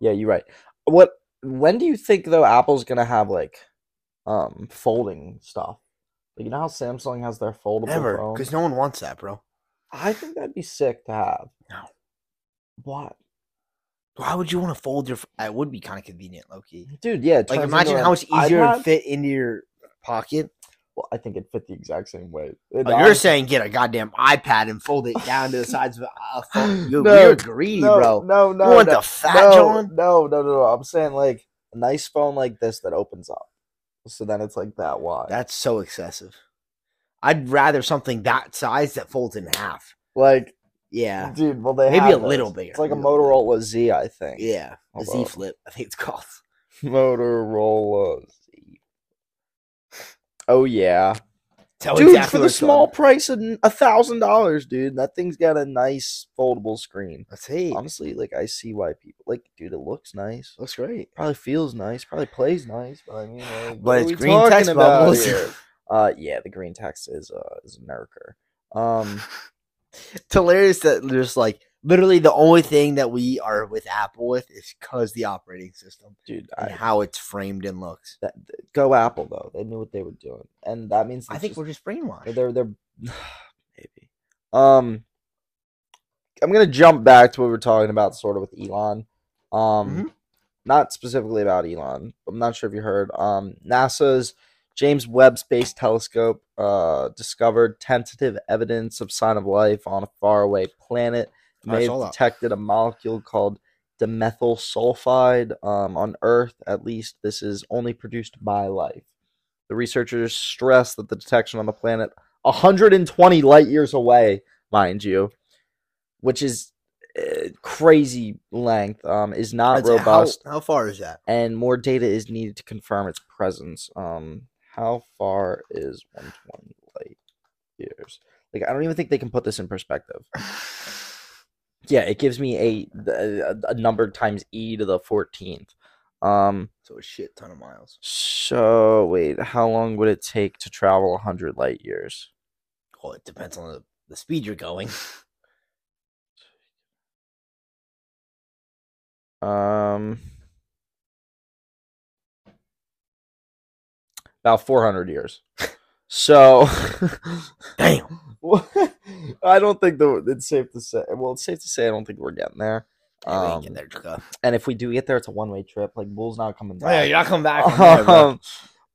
Speaker 1: yeah, you're right. What? When do you think though Apple's gonna have like, um, folding stuff? Like, you know how Samsung has their foldable
Speaker 2: Never,
Speaker 1: phone.
Speaker 2: because no one wants that, bro.
Speaker 1: I think that'd be sick to have.
Speaker 2: No.
Speaker 1: What,
Speaker 2: Why would you want to fold your? It would be kind of convenient, Loki.
Speaker 1: dude? Yeah, it
Speaker 2: Like,
Speaker 1: turns
Speaker 2: imagine
Speaker 1: into an
Speaker 2: how much easier it
Speaker 1: iPod.
Speaker 2: would fit into your pocket.
Speaker 1: Well, I think it fit the exact same way. It
Speaker 2: Oh, you're
Speaker 1: honestly-
Speaker 2: saying get a goddamn iPad and fold it down [laughs] to the sides of a- a [laughs] phone. You're,
Speaker 1: No,
Speaker 2: you're greedy,
Speaker 1: no,
Speaker 2: bro.
Speaker 1: No, no,
Speaker 2: you want
Speaker 1: no.
Speaker 2: the fat
Speaker 1: no,
Speaker 2: John?
Speaker 1: No, no, no, no. I'm saying like a nice phone like this that opens up. So then it's like that wide.
Speaker 2: That's so excessive. I'd rather something that size that folds in half.
Speaker 1: like,
Speaker 2: Yeah,
Speaker 1: dude, well they
Speaker 2: Maybe
Speaker 1: have
Speaker 2: a little
Speaker 1: those.
Speaker 2: bigger,
Speaker 1: It's like a
Speaker 2: a little
Speaker 1: Motorola Z, I think.
Speaker 2: yeah. The
Speaker 1: Hold
Speaker 2: Z
Speaker 1: up.
Speaker 2: Flip, I think it's called. [laughs]
Speaker 1: Motorola Z. Oh yeah,
Speaker 2: Tell
Speaker 1: dude,
Speaker 2: exactly
Speaker 1: for
Speaker 2: what
Speaker 1: the
Speaker 2: it's going.
Speaker 1: small price of a thousand dollars, dude, that thing's got a nice foldable screen.
Speaker 2: Let's see.
Speaker 1: Honestly, like I see why people like, dude, it looks nice.
Speaker 2: Looks great.
Speaker 1: Probably feels nice. Probably plays nice. But I mean, like, what
Speaker 2: But
Speaker 1: are
Speaker 2: it's
Speaker 1: we
Speaker 2: green
Speaker 1: talking
Speaker 2: text
Speaker 1: about
Speaker 2: bubbles. [laughs]
Speaker 1: here? Uh, yeah, the green text is uh is a nerker. Um,
Speaker 2: it's hilarious that there's like literally the only thing that we are with Apple with is because the operating system
Speaker 1: dude,
Speaker 2: and
Speaker 1: I,
Speaker 2: how it's framed and looks.
Speaker 1: that, go Apple though. They knew what they were doing, and that means
Speaker 2: I
Speaker 1: it's
Speaker 2: think
Speaker 1: just-
Speaker 2: we're just brainwashed.
Speaker 1: They're they're [sighs] maybe. Um, I'm gonna jump back to what we were talking about, sort of with Elon. Um,
Speaker 2: Mhm.
Speaker 1: not specifically about Elon. I'm not sure if you heard. Um, NASA's James Webb Space Telescope uh discovered tentative evidence of sign of life on a faraway planet.
Speaker 2: I
Speaker 1: May
Speaker 2: saw
Speaker 1: have
Speaker 2: that.
Speaker 1: detected a molecule called dimethyl sulfide um, on Earth. At least this is only produced by life. The researchers stress that the detection on the planet 120 light years away, mind you, which is uh, crazy length, um, is not
Speaker 2: That's- how-
Speaker 1: robust,
Speaker 2: How, far
Speaker 1: [sighs]
Speaker 2: is that?
Speaker 1: and more data is needed to confirm its presence. Um, how far is 120 light years? Like, I don't even think they can put this in perspective. Yeah, it gives me a a, a number times e to the 14th. Um,
Speaker 2: So a shit ton of miles.
Speaker 1: so wait, how long would it take to travel 100 light years?
Speaker 2: Well, it depends on the, the speed you're going. [laughs]
Speaker 1: Um, about 400 years. So, [laughs]
Speaker 2: Damn.
Speaker 1: well, I don't think the it's safe to say. Well, it's safe to say I don't think we're getting there.
Speaker 2: Yeah, we ain't
Speaker 1: Um,
Speaker 2: getting there, Jacob.
Speaker 1: And if we do get there, it's a one way trip. Like Bull's not coming
Speaker 2: Oh, yeah,
Speaker 1: back.
Speaker 2: you're not coming back. from there, bro.
Speaker 1: Um,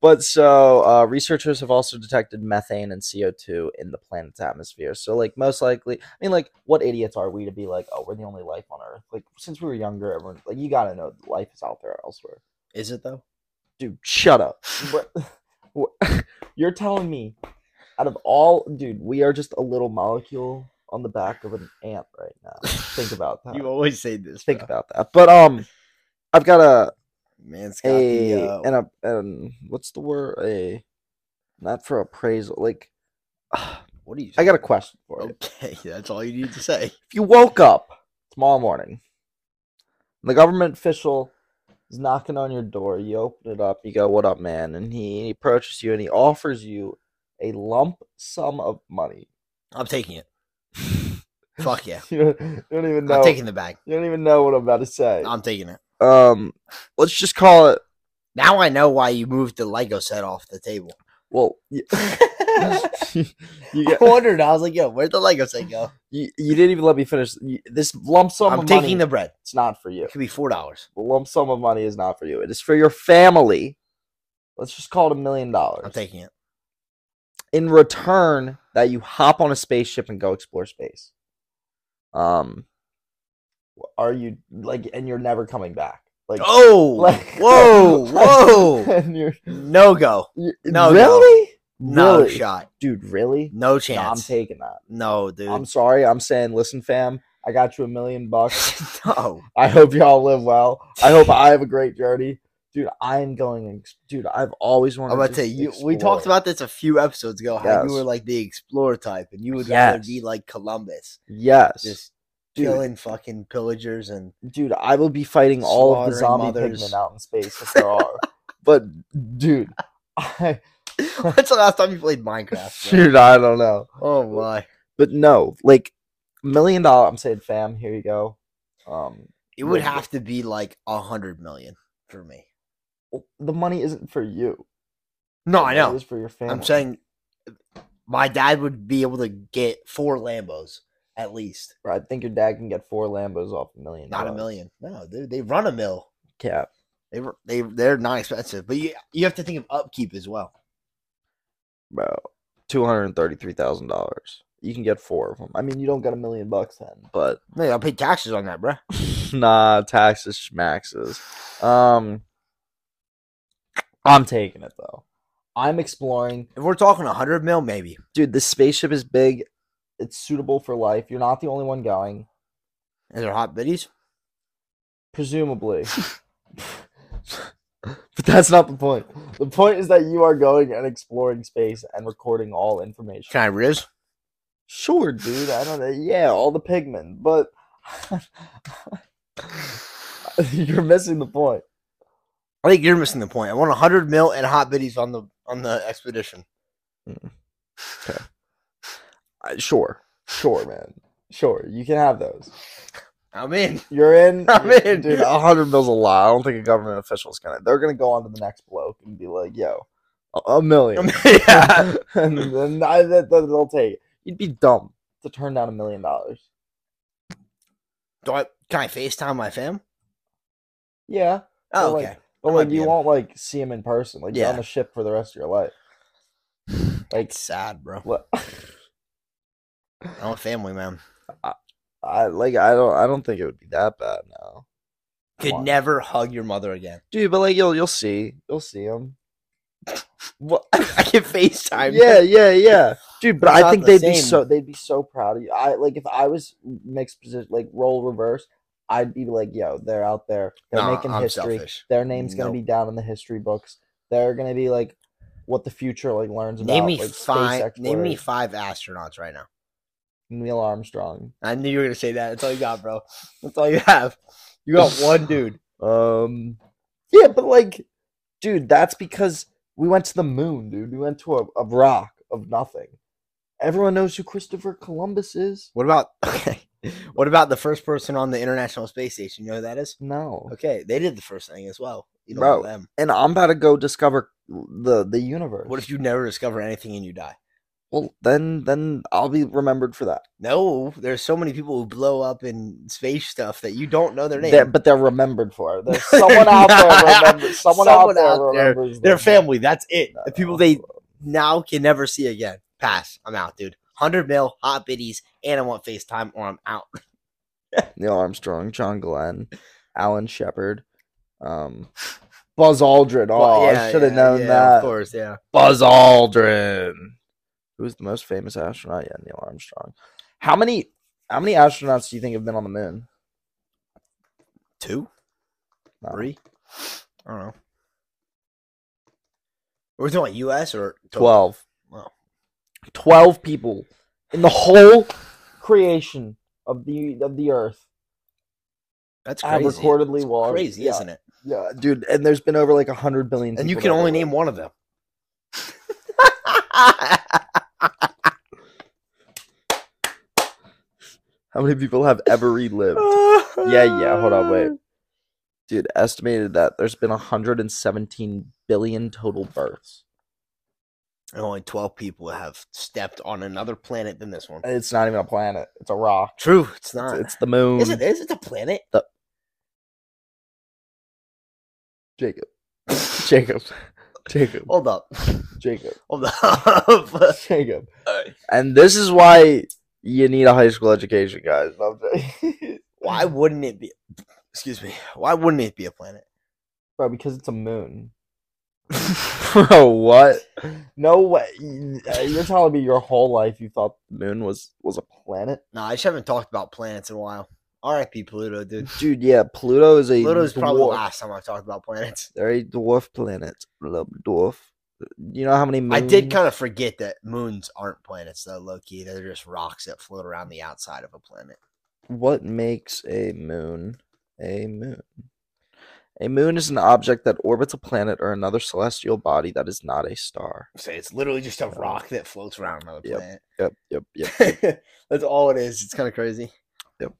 Speaker 1: but so uh, researchers have also detected methane and CO2 in the planet's atmosphere. So, like, most likely, I mean, like, what idiots are we to be like, oh, we're the only life on Earth? Like, since we were younger, everyone, like, you gotta know that life is out there elsewhere.
Speaker 2: Is it though?
Speaker 1: Dude, shut up. [laughs] What- what- [laughs] You're telling me, out of all, dude, we are just a little molecule on the back of an ant right now. Think about that.
Speaker 2: [laughs] You always say this.
Speaker 1: uh, Think
Speaker 2: bro.
Speaker 1: about that. But, um, I've got a,
Speaker 2: man, Scott.
Speaker 1: a
Speaker 2: the, uh,
Speaker 1: and a and what's the word a not for appraisal like [sighs] i
Speaker 2: what do you?
Speaker 1: got a question for you
Speaker 2: Okay, [laughs] that's all you need to say.
Speaker 1: if you woke up tomorrow morning and the government official is knocking on your door you open it up you go what up man and he, he approaches you and he offers you a lump sum of money
Speaker 2: I'm
Speaker 1: [laughs]
Speaker 2: taking it. Fuck yeah.
Speaker 1: you, don't, you don't even know
Speaker 2: I'm taking the bag.
Speaker 1: you don't even know what i'm about to say
Speaker 2: I'm taking it.
Speaker 1: um let's just call it
Speaker 2: Now I know why you moved the Lego set off the table.
Speaker 1: well
Speaker 2: [laughs]
Speaker 1: you, [laughs] you
Speaker 2: I
Speaker 1: get-
Speaker 2: wondered. I was like, "Yo, where'd the Lego set go?"
Speaker 1: You, you didn't even let me finish. You, this lump sum
Speaker 2: I'm
Speaker 1: of
Speaker 2: taking
Speaker 1: money,
Speaker 2: the bread.
Speaker 1: it's not for you.
Speaker 2: It could be four dollars.
Speaker 1: The lump sum of money is not for you. It is for your family. Let's just call it a million dollars.
Speaker 2: I'm taking it.
Speaker 1: In return, that you hop on a spaceship and go explore space. Um, are you like, and you're never coming back? Like,
Speaker 2: Oh,
Speaker 1: [laughs] like
Speaker 2: whoa,
Speaker 1: [laughs] like-
Speaker 2: whoa,
Speaker 1: And you're,
Speaker 2: no go,
Speaker 1: you-
Speaker 2: No, no.
Speaker 1: really,
Speaker 2: no
Speaker 1: really,
Speaker 2: shot,
Speaker 1: dude, really?
Speaker 2: no
Speaker 1: No, I'm
Speaker 2: chance,
Speaker 1: taking that.
Speaker 2: no, dude,
Speaker 1: I'm sorry. I'm saying, listen, fam, I got you a million bucks.
Speaker 2: [laughs] no.
Speaker 1: I hope y'all live well. I
Speaker 2: [laughs]
Speaker 1: hope I have a great journey, dude. I'm going, and ex- dude. I've always wanted.
Speaker 2: I'm about to
Speaker 1: just
Speaker 2: say you. We talked
Speaker 1: explore.
Speaker 2: about this a few episodes ago. How
Speaker 1: Yes.
Speaker 2: you were like the explorer type, and you would rather
Speaker 1: Yes.
Speaker 2: be like Columbus,
Speaker 1: yes,
Speaker 2: just
Speaker 1: dude.
Speaker 2: killing fucking
Speaker 1: [laughs]
Speaker 2: pillagers and [laughs]
Speaker 1: dude. I will be fighting all of the zombie
Speaker 2: Slaughtering mothers.
Speaker 1: pigmen out in space if there
Speaker 2: [laughs]
Speaker 1: are. but dude, [laughs] I,
Speaker 2: When's the last time you played Minecraft? bro?
Speaker 1: dude, I don't know.
Speaker 2: Oh my!
Speaker 1: But no, like million dollar. I'm saying, fam, here you go. Um,
Speaker 2: It would
Speaker 1: Yeah.
Speaker 2: have to be like a hundred million for me.
Speaker 1: the money isn't for you. The
Speaker 2: No, I
Speaker 1: money
Speaker 2: know.
Speaker 1: Is for your family.
Speaker 2: I'm saying my dad would be able to get four Lambos at least,
Speaker 1: I think your dad can get four Lambos off a million.
Speaker 2: not a
Speaker 1: dollars.
Speaker 2: million. No, they, they run a mill.
Speaker 1: Cap.
Speaker 2: They ru- they they're not expensive, but you you have to think of upkeep as well.
Speaker 1: bro. Two hundred thirty-three thousand dollars. You can get four of them. I mean, you don't get a million bucks then, but [laughs]
Speaker 2: No, I pay taxes on that, bruh.
Speaker 1: nah, taxes, schmaxes. Um, I'm taking it though. I'm exploring,
Speaker 2: If we're talking a hundred mil, maybe.
Speaker 1: dude. This spaceship is big. It's suitable for life. You're not the only one going,
Speaker 2: Is there hot biddies?
Speaker 1: presumably. [laughs] But that's not the point. The point is that you are going and exploring space and recording all information.
Speaker 2: Can I riz?
Speaker 1: Sure, dude. I don't know. Yeah, all the pigment, but [laughs] you're missing the point.
Speaker 2: I think you're missing the point. I want 100 mil and hot biddies on the on the expedition.
Speaker 1: Uh, Sure, sure, man. Sure, you can have those.
Speaker 2: I'm in.
Speaker 1: You're [laughs] in.
Speaker 2: I'm
Speaker 1: you're-
Speaker 2: in.
Speaker 1: dude. A hundred mil's a lot. I don't think a government official's gonna. They're gonna go on to the next bloke and be like, "Yo, a, a [laughs]
Speaker 2: I'm
Speaker 1: million.
Speaker 2: in. [laughs] Yeah.
Speaker 1: and then I, that, that- they'll take. it. You'd be dumb to turn down a million dollars.
Speaker 2: Do I, can I FaceTime my fam?
Speaker 1: Yeah,
Speaker 2: Oh,
Speaker 1: Well,
Speaker 2: okay.
Speaker 1: like, but
Speaker 2: I
Speaker 1: like
Speaker 2: might be
Speaker 1: you
Speaker 2: in.
Speaker 1: won't like see him in person. Like you're on
Speaker 2: Yeah.
Speaker 1: the ship for the rest of your [sighs] life. Like
Speaker 2: It's sad, bro.
Speaker 1: what? [laughs]
Speaker 2: I'm a family man.
Speaker 1: I like I don't I don't think it would be that bad now,
Speaker 2: Could
Speaker 1: Why?
Speaker 2: never hug your mother again.
Speaker 1: dude. But like you'll you'll see you'll see him. What?
Speaker 2: [laughs] I can FaceTime.
Speaker 1: yeah, yeah, yeah, dude. But
Speaker 2: It's
Speaker 1: I
Speaker 2: not
Speaker 1: think
Speaker 2: the
Speaker 1: they'd be
Speaker 2: same.
Speaker 1: so they'd be so proud of you. I like if I was mixed position, like role reverse, I'd be like, yo, they're out there, they're
Speaker 2: Nah,
Speaker 1: making
Speaker 2: I'm
Speaker 1: history.
Speaker 2: selfish.
Speaker 1: Their name's gonna
Speaker 2: Nope.
Speaker 1: be down in the history books. They're gonna be like what the future like learns about.
Speaker 2: Name me
Speaker 1: like, space
Speaker 2: five. Name me
Speaker 1: exploration.
Speaker 2: five astronauts right now.
Speaker 1: Neil Armstrong.
Speaker 2: I knew you were gonna say that. That's all you got, bro. That's [laughs] all you have. You got one dude.
Speaker 1: Um, yeah, but like, dude, that's because we went to the moon, dude. We went to a, a rock of nothing. Everyone knows who Christopher Columbus is.
Speaker 2: What about [laughs] okay? What about the first person on the International Space Station? You know who that is?
Speaker 1: No,
Speaker 2: Okay, they did the first thing as well. You don't
Speaker 1: Bro.
Speaker 2: know them.
Speaker 1: and I'm about to go discover the the universe.
Speaker 2: What if you never discover anything and you die?
Speaker 1: Well, then then I'll be remembered for that.
Speaker 2: No, there's so many people who blow up in space stuff that you don't know their name.
Speaker 1: They're, but they're remembered for it.
Speaker 2: [laughs]
Speaker 1: There's
Speaker 2: No,
Speaker 1: someone out there.
Speaker 2: they're
Speaker 1: Remember, someone, out
Speaker 2: Someone
Speaker 1: there
Speaker 2: out there.
Speaker 1: remembers
Speaker 2: their
Speaker 1: them.
Speaker 2: family. That's it.
Speaker 1: No,
Speaker 2: The people
Speaker 1: no,
Speaker 2: they
Speaker 1: no.
Speaker 2: now can never see again. Pass. I'm out, dude. Hundred mil, hot biddies, and I want FaceTime, or I'm out.
Speaker 1: Neil Armstrong, John Glenn, Alan Shepard, um, Buzz Aldrin. Oh, I should have known
Speaker 2: Of
Speaker 1: that.
Speaker 2: course, yeah.
Speaker 1: Buzz Aldrin. Who's the most famous astronaut? Yeah, Neil Armstrong. How many how many astronauts do you think have been on the moon?
Speaker 2: Two,
Speaker 1: No.
Speaker 2: three. I don't know. We're talking U.S. or total?
Speaker 1: Twelve.
Speaker 2: Wow.
Speaker 1: Twelve people in the whole creation of the of the earth
Speaker 2: That's
Speaker 1: have
Speaker 2: crazy.
Speaker 1: recordedly
Speaker 2: It's
Speaker 1: walked.
Speaker 2: crazy,
Speaker 1: yeah,
Speaker 2: isn't it?
Speaker 1: Yeah, dude, and there's been over like a hundred billion.
Speaker 2: And you
Speaker 1: people
Speaker 2: can
Speaker 1: that
Speaker 2: only
Speaker 1: have
Speaker 2: name one of [laughs] them.
Speaker 1: How many people have ever
Speaker 2: [laughs]
Speaker 1: relived? yeah, yeah. Hold on, wait. Dude, estimated that there's been 117 billion total births.
Speaker 2: And only twelve people have stepped on another planet than this one.
Speaker 1: It's not even a planet. It's a rock.
Speaker 2: True, it's
Speaker 1: It's,
Speaker 2: not.
Speaker 1: it's the moon.
Speaker 2: Is it? Is it a planet?
Speaker 1: Jacob. [laughs] Jacob. Jacob.
Speaker 2: Hold up. [laughs]
Speaker 1: Jacob. [laughs]
Speaker 2: Hold up. [laughs]
Speaker 1: Jacob. And this is why you need a high school education, guys. I'm [laughs] j-
Speaker 2: Why wouldn't it be? Excuse me. Why wouldn't it be a planet?
Speaker 1: Bro, because it's a moon. [laughs] Bro, what? No way. You're telling me your whole life you thought the moon was was a planet?
Speaker 2: No, I just haven't talked about planets in a while. R.I.P. Pluto, dude.
Speaker 1: Dude, yeah, Pluto is a
Speaker 2: Pluto's probably the
Speaker 1: dwarf.
Speaker 2: last time I've talked about planets.
Speaker 1: They're a dwarf planet. Little dwarf. You know how many moons?
Speaker 2: I did kind of forget that moons aren't planets, though, low key. They're just rocks that float around the outside of a planet.
Speaker 1: What makes a moon a moon? A moon is an object that orbits a planet or another celestial body that is not a star.
Speaker 2: So it's literally just a
Speaker 1: Yeah.
Speaker 2: rock that floats around another
Speaker 1: Yep.
Speaker 2: planet.
Speaker 1: Yep, yep, yep.
Speaker 2: [laughs] That's all it is. It's kind of crazy.
Speaker 1: Yep.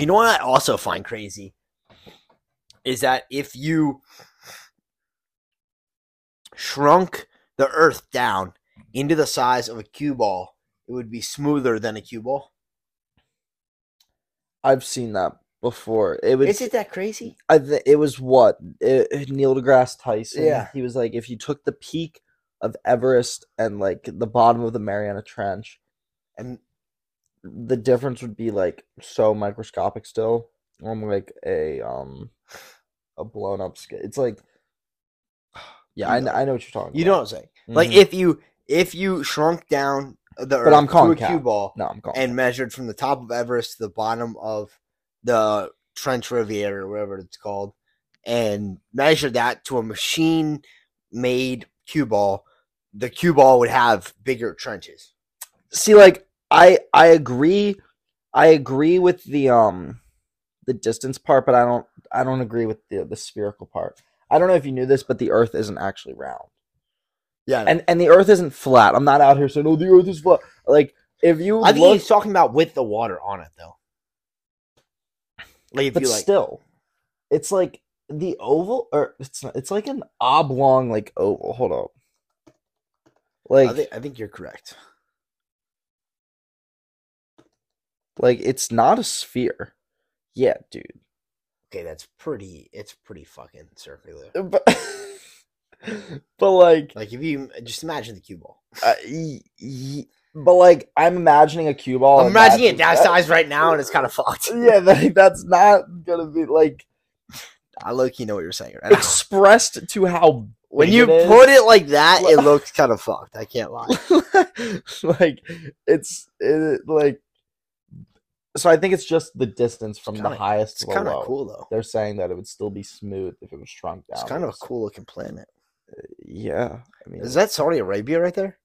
Speaker 2: You know what I also find crazy is that if you shrunk the Earth down into the size of a cue ball, it would be smoother than a cue ball.
Speaker 1: I've seen that before. It was
Speaker 2: Is it that crazy?
Speaker 1: I th- it was what It- it- Neil deGrasse Tyson.
Speaker 2: Yeah.
Speaker 1: he was like, if you took the peak of Everest and like the bottom of the Mariana Trench,
Speaker 2: And
Speaker 1: the difference would be like so microscopic still on like a um a blown up scale. It's like [sighs] yeah, I,
Speaker 2: You
Speaker 1: kn- I know what you're talking
Speaker 2: you know what
Speaker 1: about.
Speaker 2: I'm saying? Like
Speaker 1: Mhm.
Speaker 2: if you if you shrunk down the Earth
Speaker 1: I'm calling
Speaker 2: to a cue
Speaker 1: cap.
Speaker 2: ball
Speaker 1: no, I'm calling
Speaker 2: and measured from the top of Everest to the bottom of the Trench Riviera or whatever it's called, and measure that to a machine made cue ball, the cue ball would have bigger trenches.
Speaker 1: see like i i agree i agree with the um the distance part but i don't i don't agree with the the spherical part i don't know if you knew this but the earth isn't actually round
Speaker 2: Yeah.
Speaker 1: and and the earth isn't flat i'm not out here saying oh the earth is flat like if you
Speaker 2: I think
Speaker 1: look
Speaker 2: he's talking about with the water on it though. Like if
Speaker 1: but
Speaker 2: you like
Speaker 1: still it's like the oval or it's not, it's like an oblong like oval hold up like
Speaker 2: I think I think you're correct.
Speaker 1: like it's not a sphere yeah dude
Speaker 2: Okay, that's pretty it's pretty fucking circular.
Speaker 1: but [laughs] but like
Speaker 2: Like if you just imagine the cue ball.
Speaker 1: uh, y- y- but like I'm imagining a cue ball.
Speaker 2: I'm imagining it that
Speaker 1: imagine-
Speaker 2: size right now and it's kind of fucked.
Speaker 1: Yeah, [laughs] that, that's not gonna be like
Speaker 2: [laughs] I low key know what you're saying right now.
Speaker 1: expressed to how
Speaker 2: [laughs] When
Speaker 1: big
Speaker 2: you
Speaker 1: it
Speaker 2: put
Speaker 1: is.
Speaker 2: it like [laughs] that,
Speaker 1: Well-
Speaker 2: it looks kind of fucked. I can't lie.
Speaker 1: [laughs] like it's it, like. So I think it's just the distance from the
Speaker 2: kinda-
Speaker 1: highest
Speaker 2: [laughs] It's
Speaker 1: to the
Speaker 2: kind of
Speaker 1: low.
Speaker 2: cool though.
Speaker 1: They're saying that it would still be smooth if it was shrunk down.
Speaker 2: It's kind of a cool looking planet.
Speaker 1: yeah. I mean,
Speaker 2: Is that Saudi Arabia right there?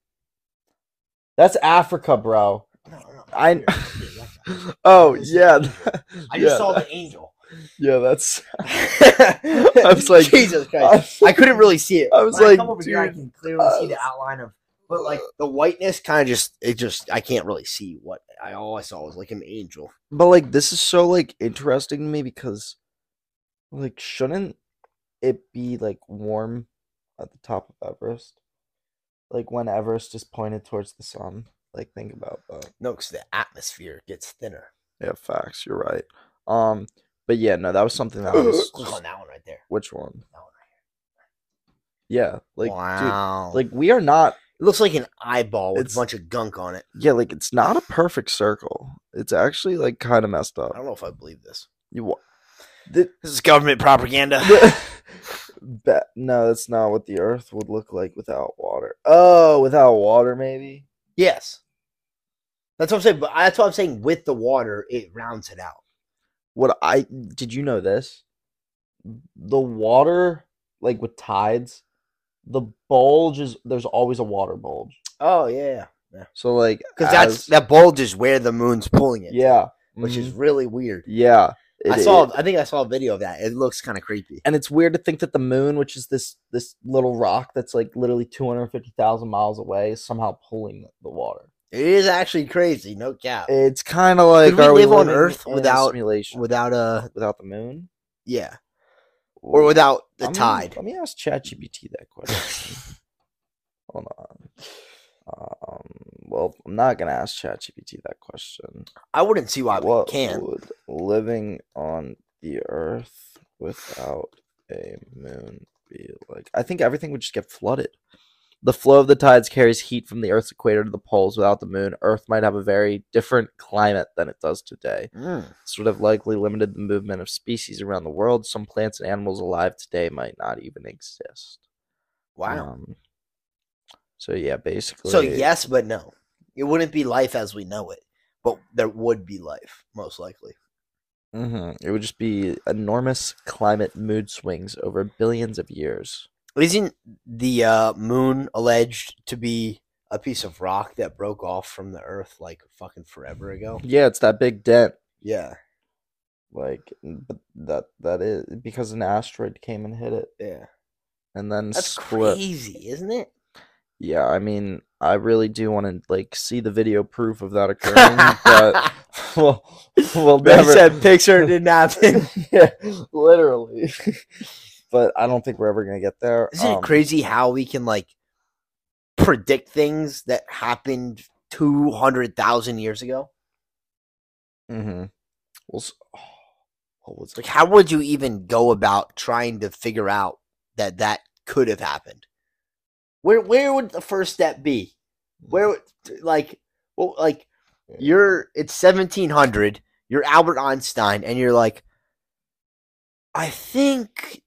Speaker 1: that's Africa,
Speaker 2: [laughs]
Speaker 1: bro.
Speaker 2: No, no.
Speaker 1: I-
Speaker 2: here, here, that guy.
Speaker 1: Oh
Speaker 2: This is
Speaker 1: yeah,
Speaker 2: Africa. [laughs] I
Speaker 1: Yeah,
Speaker 2: just saw the angel.
Speaker 1: [laughs] yeah. That's
Speaker 2: [laughs]
Speaker 1: [laughs]
Speaker 2: I
Speaker 1: was like-
Speaker 2: [laughs] Jesus Christ. I couldn't really see it.
Speaker 1: I was
Speaker 2: When
Speaker 1: like,
Speaker 2: come over here, [laughs] I
Speaker 1: dude,
Speaker 2: can clearly see the outline of, but like the whiteness kind of just, it just, I can't really see what I all I saw was like an angel.
Speaker 1: But like this is so like interesting to me because like shouldn't it be like warm at the top of Everest? Like when Everest is pointed towards the sun. Like think about that.
Speaker 2: No, because the atmosphere gets
Speaker 1: [laughs]
Speaker 2: thinner.
Speaker 1: Yeah, facts, you're right. Um but yeah, no, that was something that [laughs] was
Speaker 2: Click
Speaker 1: just-
Speaker 2: on that one right there.
Speaker 1: which one?
Speaker 2: That one
Speaker 1: Yeah, like dude,
Speaker 2: wow.
Speaker 1: like we are not
Speaker 2: it looks like an eyeball with
Speaker 1: It's-
Speaker 2: a bunch of gunk on it.
Speaker 1: yeah, like it's not a perfect circle. It's actually like kind of messed
Speaker 2: I
Speaker 1: up.
Speaker 2: don't know if I believe this.
Speaker 1: You wa-
Speaker 2: This is government propaganda.
Speaker 1: [laughs] Bet no, that's not what the Earth would look like without water. Oh, without water, maybe.
Speaker 2: yes. That's what I'm saying. But I- that's what I'm saying. With the water, it rounds it out.
Speaker 1: What I did you know this? The water, like with tides, the bulge is there's always a water bulge.
Speaker 2: Oh yeah.
Speaker 1: So like
Speaker 2: because that's
Speaker 1: as-
Speaker 2: that bulge is where the moon's pulling it.
Speaker 1: yeah,
Speaker 2: which is
Speaker 1: mhm,
Speaker 2: really weird.
Speaker 1: yeah.
Speaker 2: Mm-hmm. I
Speaker 1: it-
Speaker 2: saw.
Speaker 1: it-
Speaker 2: I think I saw a video of that. It looks kind of creepy.
Speaker 1: and it's weird to think that the moon, which is this this little rock that's like literally two hundred fifty thousand miles away, is somehow pulling the water.
Speaker 2: It is actually crazy. No cap.
Speaker 1: It's kind of like
Speaker 2: we
Speaker 1: are
Speaker 2: live on
Speaker 1: living
Speaker 2: Earth
Speaker 1: in a
Speaker 2: without-
Speaker 1: simulation?
Speaker 2: Without a
Speaker 1: without the moon
Speaker 2: yeah, or without the
Speaker 1: I'm gonna-
Speaker 2: tide.
Speaker 1: Let me ask ChatGPT that
Speaker 2: [laughs]
Speaker 1: question. Hold on. Um, well, I'm not gonna ask ChatGPT that question.
Speaker 2: I wouldn't see why we
Speaker 1: what
Speaker 2: can.
Speaker 1: would living on the Earth without a moon be like? I think everything would just get flooded. The flow of the tides carries heat from the Earth's equator to the poles. Without the moon, Earth might have a very different climate than it does today.
Speaker 2: Mm.
Speaker 1: This would have likely limited the movement of species around the world. Some plants and animals alive today might not even exist.
Speaker 2: Wow.
Speaker 1: Um, so yeah, basically.
Speaker 2: so yes, but no. It wouldn't be life as we know it, but there would be life most likely.
Speaker 1: mhm, it would just be enormous climate mood swings over billions of years.
Speaker 2: Isn't the uh, moon alleged to be a piece of rock that broke off from the Earth like fucking forever ago?
Speaker 1: Yeah, it's that big dent.
Speaker 2: Yeah.
Speaker 1: Like, but that that is because an asteroid came and hit it,
Speaker 2: Yeah.
Speaker 1: and then
Speaker 2: That's
Speaker 1: split.
Speaker 2: crazy, isn't it?
Speaker 1: Yeah, I mean, I really do want to like see the video proof of
Speaker 2: [laughs]
Speaker 1: that occurring, but we'll, [laughs] we'll
Speaker 2: they
Speaker 1: never.
Speaker 2: said picture
Speaker 1: [laughs]
Speaker 2: didn't happen.
Speaker 1: yeah, literally. [laughs] but I don't think we're ever gonna get there.
Speaker 2: Isn't
Speaker 1: Um,
Speaker 2: it crazy how we can like predict things that happened two hundred thousand years ago?
Speaker 1: mhm. Well, s- [sighs] what was
Speaker 2: Like, how would you even go about trying to figure out that that could have happened? Where where would the first step be? Where would like well like you're it's seventeen hundred, you're Albert Einstein, and you're like I think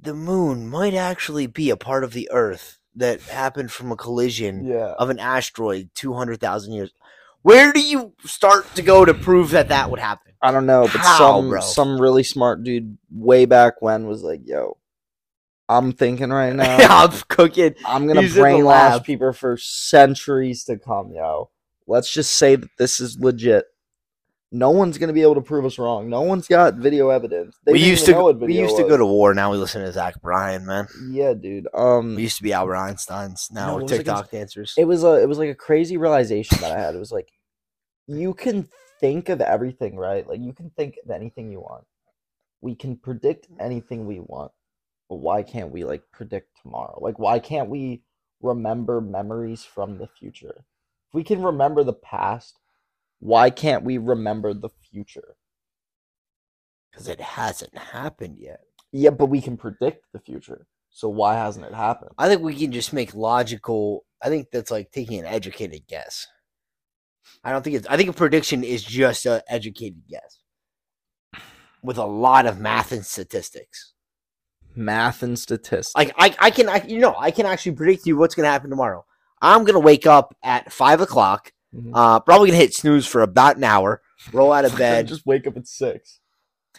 Speaker 2: the moon might actually be a part of the earth that happened from a collision
Speaker 1: Yeah.
Speaker 2: of an asteroid two hundred thousand years. Where do you start to go to prove that that would happen? [laughs]
Speaker 1: I don't know, but
Speaker 2: How,
Speaker 1: some
Speaker 2: bro?
Speaker 1: some really smart dude way back when was like, "Yo, I'm thinking right
Speaker 2: [laughs]
Speaker 1: now.
Speaker 2: I'm cooking.
Speaker 1: [laughs] I'm gonna
Speaker 2: He's in the
Speaker 1: brainwash
Speaker 2: lab.
Speaker 1: people for centuries to come, yo. Let's just say that this is legit. No one's gonna be able to prove us wrong. No one's got video evidence. They
Speaker 2: we
Speaker 1: didn't
Speaker 2: used
Speaker 1: even
Speaker 2: to
Speaker 1: know
Speaker 2: go-
Speaker 1: what
Speaker 2: we
Speaker 1: video
Speaker 2: used to go
Speaker 1: was.
Speaker 2: to war. Now we listen to Zach Bryan, man.
Speaker 1: yeah, dude. Um,
Speaker 2: We used to be Albert Einstein's. Now
Speaker 1: No,
Speaker 2: we're
Speaker 1: what was it gonna
Speaker 2: TikTok dancers.
Speaker 1: it was a it was like a crazy realization that I had. It was like you can think of everything, right? Like you can think of anything you want. We can predict anything we want. But why can't we like predict tomorrow? Like why can't we remember memories from the future? If we can remember the past, why can't we remember the future?
Speaker 2: Because it hasn't happened yet.
Speaker 1: Yeah, but we can predict the future. So why hasn't it happened?
Speaker 2: I think we can just make logical. I think that's like taking an educated guess. I don't think it's. I think a prediction is just an educated guess with a lot of math and statistics.
Speaker 1: Math and [laughs] statistics.
Speaker 2: Like I, I can, I, you know, I can actually predict you what's going to happen tomorrow. I'm going to wake up at five o'clock.
Speaker 1: Mhm.
Speaker 2: Uh, probably going to hit snooze for about an hour. Roll
Speaker 1: [laughs]
Speaker 2: out of bed.
Speaker 1: just wake up at six.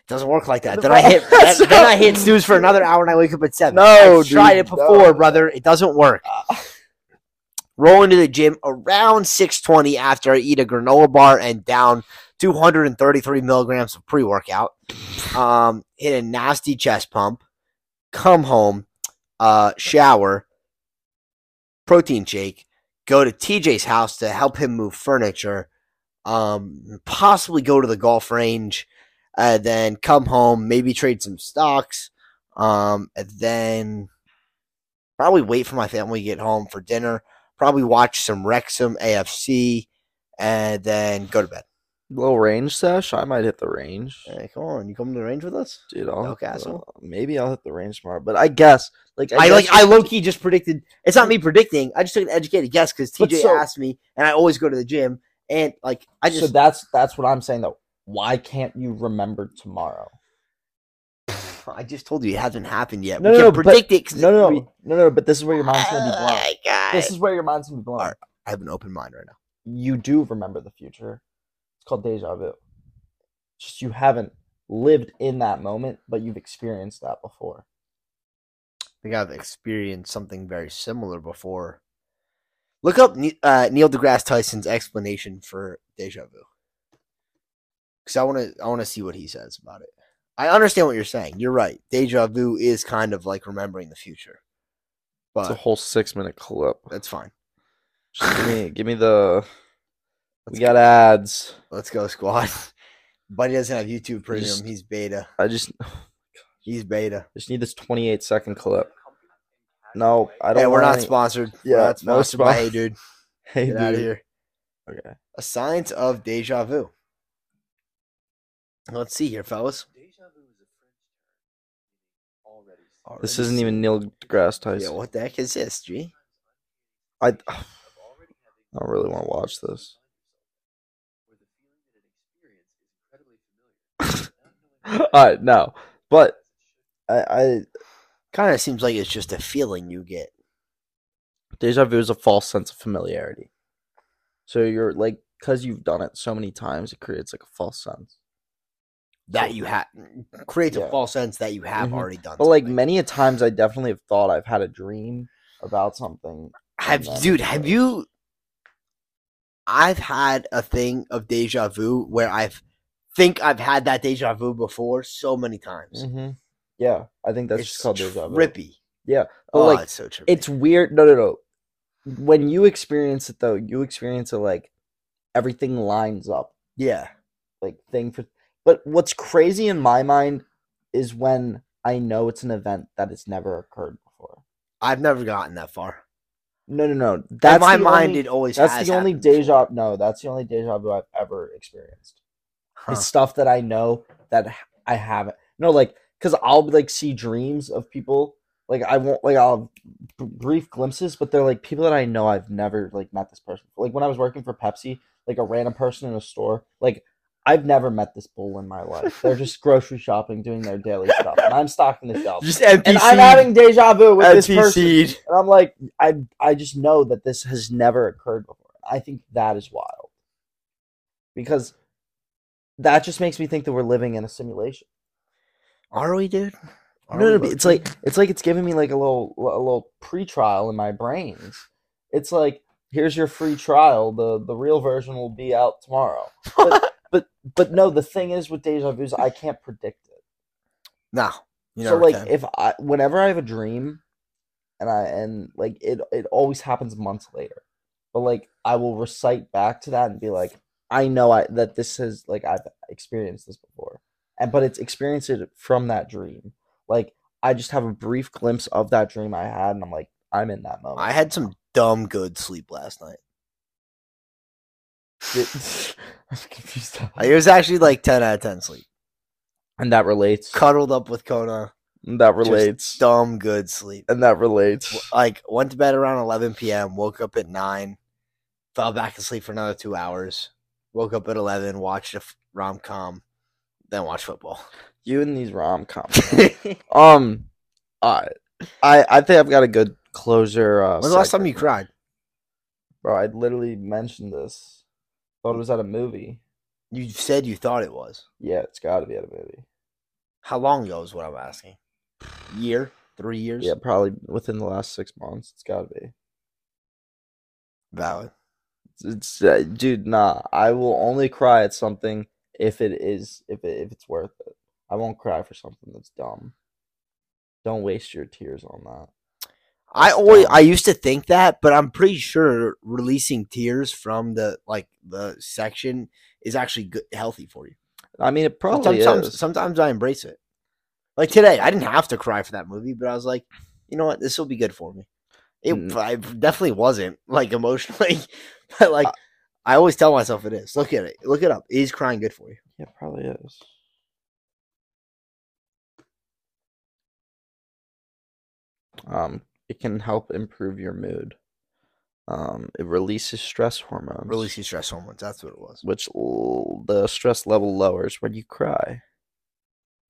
Speaker 2: doesn't work like that. Then I hit.
Speaker 1: That's [laughs]
Speaker 2: then, then I hit
Speaker 1: not-
Speaker 2: snooze for another hour and I wake up at seven.
Speaker 1: No,
Speaker 2: I've tried it
Speaker 1: dude,
Speaker 2: before,
Speaker 1: no.
Speaker 2: brother. It doesn't work. roll into the gym around 620 after I eat a granola bar and down 233 milligrams of pre-workout. Um, hit a nasty chest pump, come home, uh, shower, protein shake, go to TJ's house to help him move furniture, um, possibly go to the golf range, uh, then come home, maybe trade some stocks, um, and then probably wait for my family to get home for dinner probably watch some Wrexham AFC, and then go to bed.
Speaker 1: Little range sesh. I might hit the range.
Speaker 2: Hey, come on, you come to the range with us?
Speaker 1: Dude, I'll hit the-
Speaker 2: Newcastle?
Speaker 1: maybe I'll hit the range tomorrow, but I guess like
Speaker 2: I,
Speaker 1: guess
Speaker 2: like
Speaker 1: you-
Speaker 2: I low key just predicted. It's not me predicting. I just took an educated guess because
Speaker 1: But
Speaker 2: TJ
Speaker 1: so-
Speaker 2: asked me, and I always go to the gym, and like I
Speaker 1: so
Speaker 2: just
Speaker 1: that's that's what I'm saying though. Why can't you remember tomorrow?
Speaker 2: [sighs] I just told you it hasn't happened yet.
Speaker 1: No,
Speaker 2: we
Speaker 1: no,
Speaker 2: can
Speaker 1: no, but-
Speaker 2: predict it. 'cause
Speaker 1: No, no,
Speaker 2: we-
Speaker 1: no, no, no. But this is where your mind's gonna be
Speaker 2: oh
Speaker 1: blown.
Speaker 2: my [sighs] god!
Speaker 1: This is where your mind's gonna be blown.
Speaker 2: Alright. I have an open mind right now.
Speaker 1: You do remember the future. It's called deja vu. Just you haven't lived in that moment, but you've experienced that before.
Speaker 2: I think I've experienced something very similar before. Look up Ne- uh, Neil deGrasse Tyson's explanation for deja vu, because I want to I want to see what he says about it. I understand what you're saying. You're right. Deja vu is kind of like remembering the future, but
Speaker 1: whole six minute clip.
Speaker 2: that's fine.
Speaker 1: Just give
Speaker 2: [laughs]
Speaker 1: me, give me the.
Speaker 2: Let's
Speaker 1: got ads.
Speaker 2: Let's go, squad. [laughs] But he doesn't have YouTube Premium.
Speaker 1: Just-
Speaker 2: He's beta.
Speaker 1: I just
Speaker 2: He's beta.
Speaker 1: just need this twenty eight second clip. No, I don't.
Speaker 2: Hey, we're
Speaker 1: want
Speaker 2: not
Speaker 1: any-
Speaker 2: sponsored. we're
Speaker 1: Yeah,
Speaker 2: not
Speaker 1: no
Speaker 2: sponsored by
Speaker 1: spon-
Speaker 2: Hey Dude.
Speaker 1: [laughs] Hey,
Speaker 2: Get out of
Speaker 1: dude.
Speaker 2: here.
Speaker 1: Okay.
Speaker 2: A science of deja vu. Let's see here, fellas.
Speaker 1: This isn't even Neil deGrasse
Speaker 2: Yeah,
Speaker 1: Tyson.
Speaker 2: what the heck is this, G?
Speaker 1: I, I [sighs] don't really want to watch this. [laughs] All right, no, but I, I
Speaker 2: Kind of seems like it's just a feeling you get.
Speaker 1: deja vu is a false sense of familiarity. So you're like, because you've done it so many times, it creates like a false sense.
Speaker 2: That you have creates a
Speaker 1: Yeah.
Speaker 2: false sense that you have
Speaker 1: Mhm.
Speaker 2: already done.
Speaker 1: But like
Speaker 2: something.
Speaker 1: many a times, I definitely have thought I've had a dream about something.
Speaker 2: have
Speaker 1: and then
Speaker 2: dude,
Speaker 1: it's
Speaker 2: have
Speaker 1: like-
Speaker 2: you? I've had a thing of deja vu where I've think I've had that deja vu before so many times.
Speaker 1: hmm Yeah, I think that's
Speaker 2: Mm-hmm. it's
Speaker 1: just called deja vu.
Speaker 2: trippy.
Speaker 1: But
Speaker 2: oh,
Speaker 1: like,
Speaker 2: it's so trippy.
Speaker 1: it's weird. No, no, no. When you experience it though, you experience it like everything lines up.
Speaker 2: yeah.
Speaker 1: like thing for but what's crazy in my mind is when I know it's an event that has never occurred before.
Speaker 2: I've never gotten that far.
Speaker 1: No no no. That's
Speaker 2: in my
Speaker 1: the
Speaker 2: mind,
Speaker 1: only,
Speaker 2: it always
Speaker 1: that's
Speaker 2: has
Speaker 1: the only
Speaker 2: happened before.
Speaker 1: deja no, that's the only deja vu I've ever experienced.
Speaker 2: Huh. [laughs]
Speaker 1: It's stuff that I know that h- I haven't. No, like because I'll like see dreams of people. Like I won't like I'll b- brief glimpses, but they're like people that I know I've never like met this person. Like when I was working for Pepsi, like a random person in a store, like I've never met this bull in my life. They're just grocery shopping, doing their daily stuff, and I'm stocking the shelves.
Speaker 2: Just NPC.
Speaker 1: And I'm having deja vu with this person,
Speaker 2: NPC'd.
Speaker 1: and I'm like, I I just know that this has never occurred before. I think that is wild because that just makes me think that we're living in a simulation.
Speaker 2: Are we, dude? Are
Speaker 1: no,
Speaker 2: we
Speaker 1: no, but
Speaker 2: both-
Speaker 1: it's like it's like it's giving me like a little a little pre-trial in my brains. It's like here's your free trial. The the real version will be out tomorrow.
Speaker 2: [laughs]
Speaker 1: But but, but no, the thing is with deja vu is I can't predict it.
Speaker 2: no. You
Speaker 1: so
Speaker 2: never
Speaker 1: like
Speaker 2: can.
Speaker 1: if I whenever I have a dream, and I and like it it always happens months later, but like I will recite back to that and be like I know I that this is like I've experienced this before, and but it's experienced it from that dream. Like I just have a brief glimpse of that dream I had, and I'm like I'm in that moment.
Speaker 2: I had some dumb good sleep last night.
Speaker 1: It- [laughs] I'm confused.
Speaker 2: Like, It was actually like ten out of ten sleep.
Speaker 1: And that relates.
Speaker 2: Cuddled up with Kona,
Speaker 1: And that relates.
Speaker 2: dumb good sleep.
Speaker 1: And that relates.
Speaker 2: Like went to bed around eleven p.m. Woke up at nine, fell back asleep for another two hours. Woke up at eleven, watched a rom com, then
Speaker 1: [laughs]
Speaker 2: watched football.
Speaker 1: You and these rom coms. Um, I, I, I think I've got a good closer. Uh,
Speaker 2: When's the last time
Speaker 1: segment.
Speaker 2: you cried?
Speaker 1: Bro, I literally mentioned this. Thought it was at a movie.
Speaker 2: You said you thought it was.
Speaker 1: Yeah, it's got to be at a movie.
Speaker 2: How long ago is what I'm asking? Year, three years.
Speaker 1: Yeah, probably within the last six months. It's got to be.
Speaker 2: Valid.
Speaker 1: It's, uh, dude, nah. I will only cry at something if it is if it, if it's worth it. I won't cry for something that's dumb. Don't waste your tears on that.
Speaker 2: I
Speaker 1: That's
Speaker 2: always
Speaker 1: dumb.
Speaker 2: I used to think that, but I'm pretty sure releasing tears from the like the section is actually good, healthy for you.
Speaker 1: I mean, it probably
Speaker 2: sometimes,
Speaker 1: is.
Speaker 2: sometimes I embrace it. Like today, I didn't have to cry for that movie, but I was like, you know what, this will be good for me. It
Speaker 1: Mm.
Speaker 2: I definitely wasn't like emotionally, [laughs] but
Speaker 1: Uh,
Speaker 2: like I always tell myself it is. Look at it. Look it up. Is crying good for you?
Speaker 1: Yeah, it probably is. Um, it can help improve your mood. Um, it releases stress hormones,
Speaker 2: Release your stress hormones. That's what it was.
Speaker 1: which l- the stress level lowers when you cry,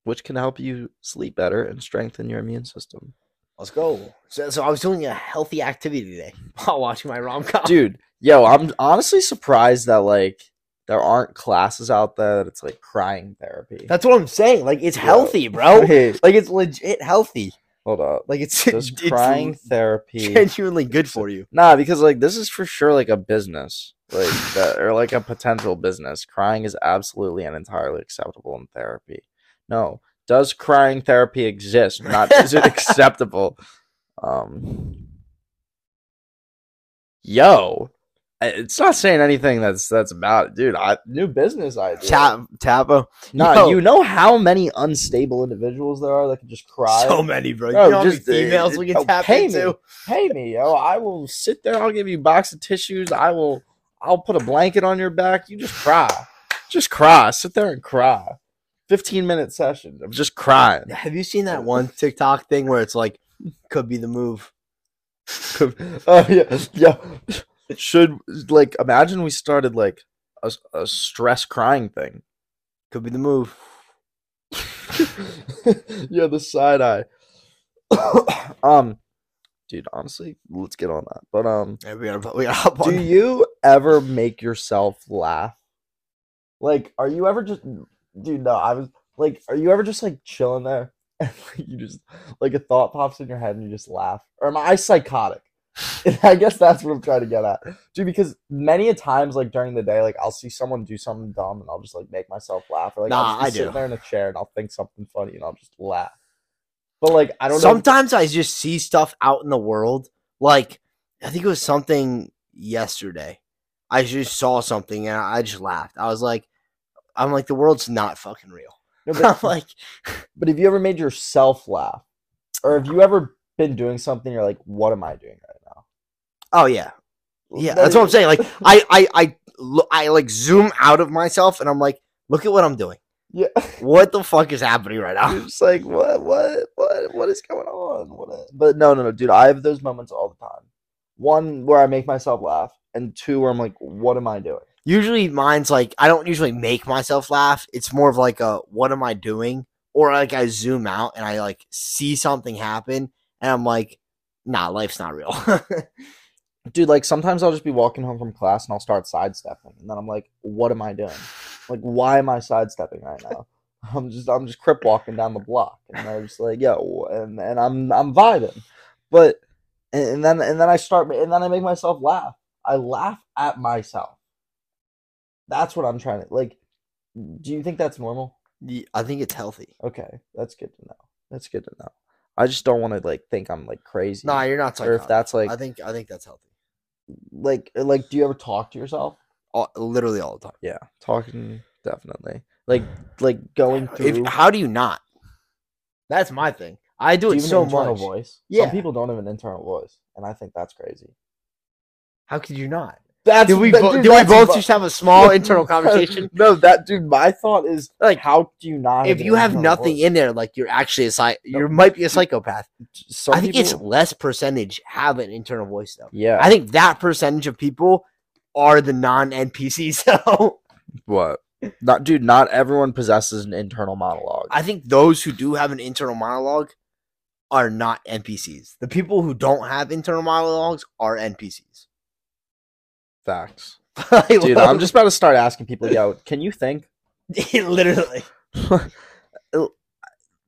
Speaker 1: which can help you sleep better and strengthen your immune system.
Speaker 2: Let's go. So, so I was doing a healthy activity today [laughs] while watching my rom com.
Speaker 1: Dude, yo, I'm honestly surprised that like there aren't classes out there that it's like crying therapy.
Speaker 2: That's what I'm saying. Like it's
Speaker 1: Yeah.
Speaker 2: healthy, [laughs] bro.
Speaker 1: Wait,
Speaker 2: Like it's legit healthy.
Speaker 1: hold
Speaker 2: [laughs]
Speaker 1: up.
Speaker 2: Like it's
Speaker 1: Does
Speaker 2: it's
Speaker 1: crying
Speaker 2: [laughs]
Speaker 1: therapy
Speaker 2: genuinely good for you.
Speaker 1: Nah, because like this is for sure like a business,
Speaker 2: [laughs]
Speaker 1: like that, or like a potential business. Crying is absolutely and entirely acceptable in therapy. No, does crying therapy exist? Not is it
Speaker 2: [laughs]
Speaker 1: acceptable? Um, yo, I- it's not saying anything that's that's about it, dude. I, new business idea.
Speaker 2: Tap Tapo.
Speaker 1: nah,
Speaker 2: yo.
Speaker 1: you know how many unstable individuals there are that can just cry.
Speaker 2: So many, bro.
Speaker 1: Bro,
Speaker 2: you know how many
Speaker 1: just, uh,
Speaker 2: females we can
Speaker 1: oh,
Speaker 2: tap
Speaker 1: pay
Speaker 2: into.
Speaker 1: me. pay me, yo. I will sit there. I'll give you a box of tissues. I will. I'll put a blanket on your back. You just cry. Just cry. Sit there and cry. Fifteen minute session of just crying.
Speaker 2: Have you seen that one TikTok thing where it's like could be the move?
Speaker 1: [laughs] oh yeah, yeah. Should like imagine we started like a, a stress crying thing. [laughs]
Speaker 2: Could be the move.
Speaker 1: yeah, the side eye. [coughs] um, dude, honestly, let's get on that. But um,
Speaker 2: Yeah, we gotta, we gotta hop
Speaker 1: Do
Speaker 2: on.
Speaker 1: you ever make yourself laugh? Like, are you ever just, dude? No, I was like, are you ever just like chilling there [laughs] and like, you just like a thought pops in your head and you just laugh? Or am I psychotic? [laughs] And I guess that's what I'm trying to get at, dude. Because many a times, like during the day, like I'll see someone do something dumb and I'll just like make myself laugh. Or like
Speaker 2: Nah,
Speaker 1: I'll
Speaker 2: I
Speaker 1: just be
Speaker 2: do.
Speaker 1: sitting there in a chair and I'll think something funny and I'll just laugh. But like I don't know.
Speaker 2: Sometimes I just see stuff out in the world. Like I think it was something yesterday. I just saw something and I just laughed. I was like, I'm like, the world's not fucking real.
Speaker 1: No,
Speaker 2: [laughs]
Speaker 1: but-
Speaker 2: I'm like,
Speaker 1: But have you ever made yourself laugh? Or have you ever been doing something you're like, what am I doing right now?
Speaker 2: oh yeah, yeah.
Speaker 1: That
Speaker 2: That's what I'm
Speaker 1: is- [laughs]
Speaker 2: saying. Like I, I, I, lo- I like zoom out of myself and I'm like, look at what I'm doing.
Speaker 1: Yeah. [laughs]
Speaker 2: What the fuck is happening right now? [laughs]
Speaker 1: You're just like, what, what, what, what is going on? What a-" But no, no, no, dude, I have those moments all the time. One where I make myself laugh, and two where I'm like, what am I doing?
Speaker 2: Usually mine's like I don't usually make myself laugh. It's more of like a what am I doing? Or like I zoom out and I [laughs] like see something happen and I'm like, nah, life's not real.
Speaker 1: dude, like sometimes I'll just be walking home from class and I'll start sidestepping, and then I'm like, what am I doing? Like, why am I sidestepping right now? [laughs] I'm just I'm just crip walking down the block, and I'm just like, yo, and and I'm I'm vibing, but and, and then and then I start and then I make myself laugh. I laugh at myself. That's what I'm trying to like. Do you think that's normal?
Speaker 2: Ye- I think it's healthy.
Speaker 1: Okay, that's good to know. That's good to know. I just don't want to like think I'm like crazy.
Speaker 2: Nah, you're not
Speaker 1: or
Speaker 2: psychotic.
Speaker 1: if that's like
Speaker 2: I think I think that's healthy.
Speaker 1: like like do you ever talk to yourself?
Speaker 2: All, literally all the time.
Speaker 1: Yeah, talking definitely. Like like going through
Speaker 2: If, how do you not? That's my thing. I
Speaker 1: do
Speaker 2: do,
Speaker 1: you
Speaker 2: it
Speaker 1: have
Speaker 2: so
Speaker 1: an internal
Speaker 2: much.
Speaker 1: voice.
Speaker 2: Yeah.
Speaker 1: Some people don't have an internal voice, and I think that's crazy.
Speaker 2: How could you not?
Speaker 1: That's
Speaker 2: Do we
Speaker 1: that-
Speaker 2: bo-
Speaker 1: dude,
Speaker 2: do we
Speaker 1: that's
Speaker 2: both
Speaker 1: bu-
Speaker 2: just have
Speaker 1: [laughs]
Speaker 2: a small internal conversation?
Speaker 1: no, that dude. My thought is like,
Speaker 2: Like,
Speaker 1: how do you not?
Speaker 2: If
Speaker 1: an
Speaker 2: you have
Speaker 1: internal
Speaker 2: nothing
Speaker 1: voice?
Speaker 2: in there, like you're actually a psych, you might be a psychopath.
Speaker 1: Some
Speaker 2: I think it's
Speaker 1: people-
Speaker 2: less percentage have an internal voice though.
Speaker 1: yeah.
Speaker 2: I think that percentage of people are the non NPCs [laughs] though.
Speaker 1: what? Not dude. Not everyone possesses an internal monologue.
Speaker 2: I think those who do have an internal monologue are not NPCs. The people who don't have internal monologues are NPCs.
Speaker 1: [laughs] Facts,
Speaker 2: [laughs] I
Speaker 1: dude.
Speaker 2: love-
Speaker 1: I'm just about to start asking people. Yo, can you think?
Speaker 2: [laughs] literally.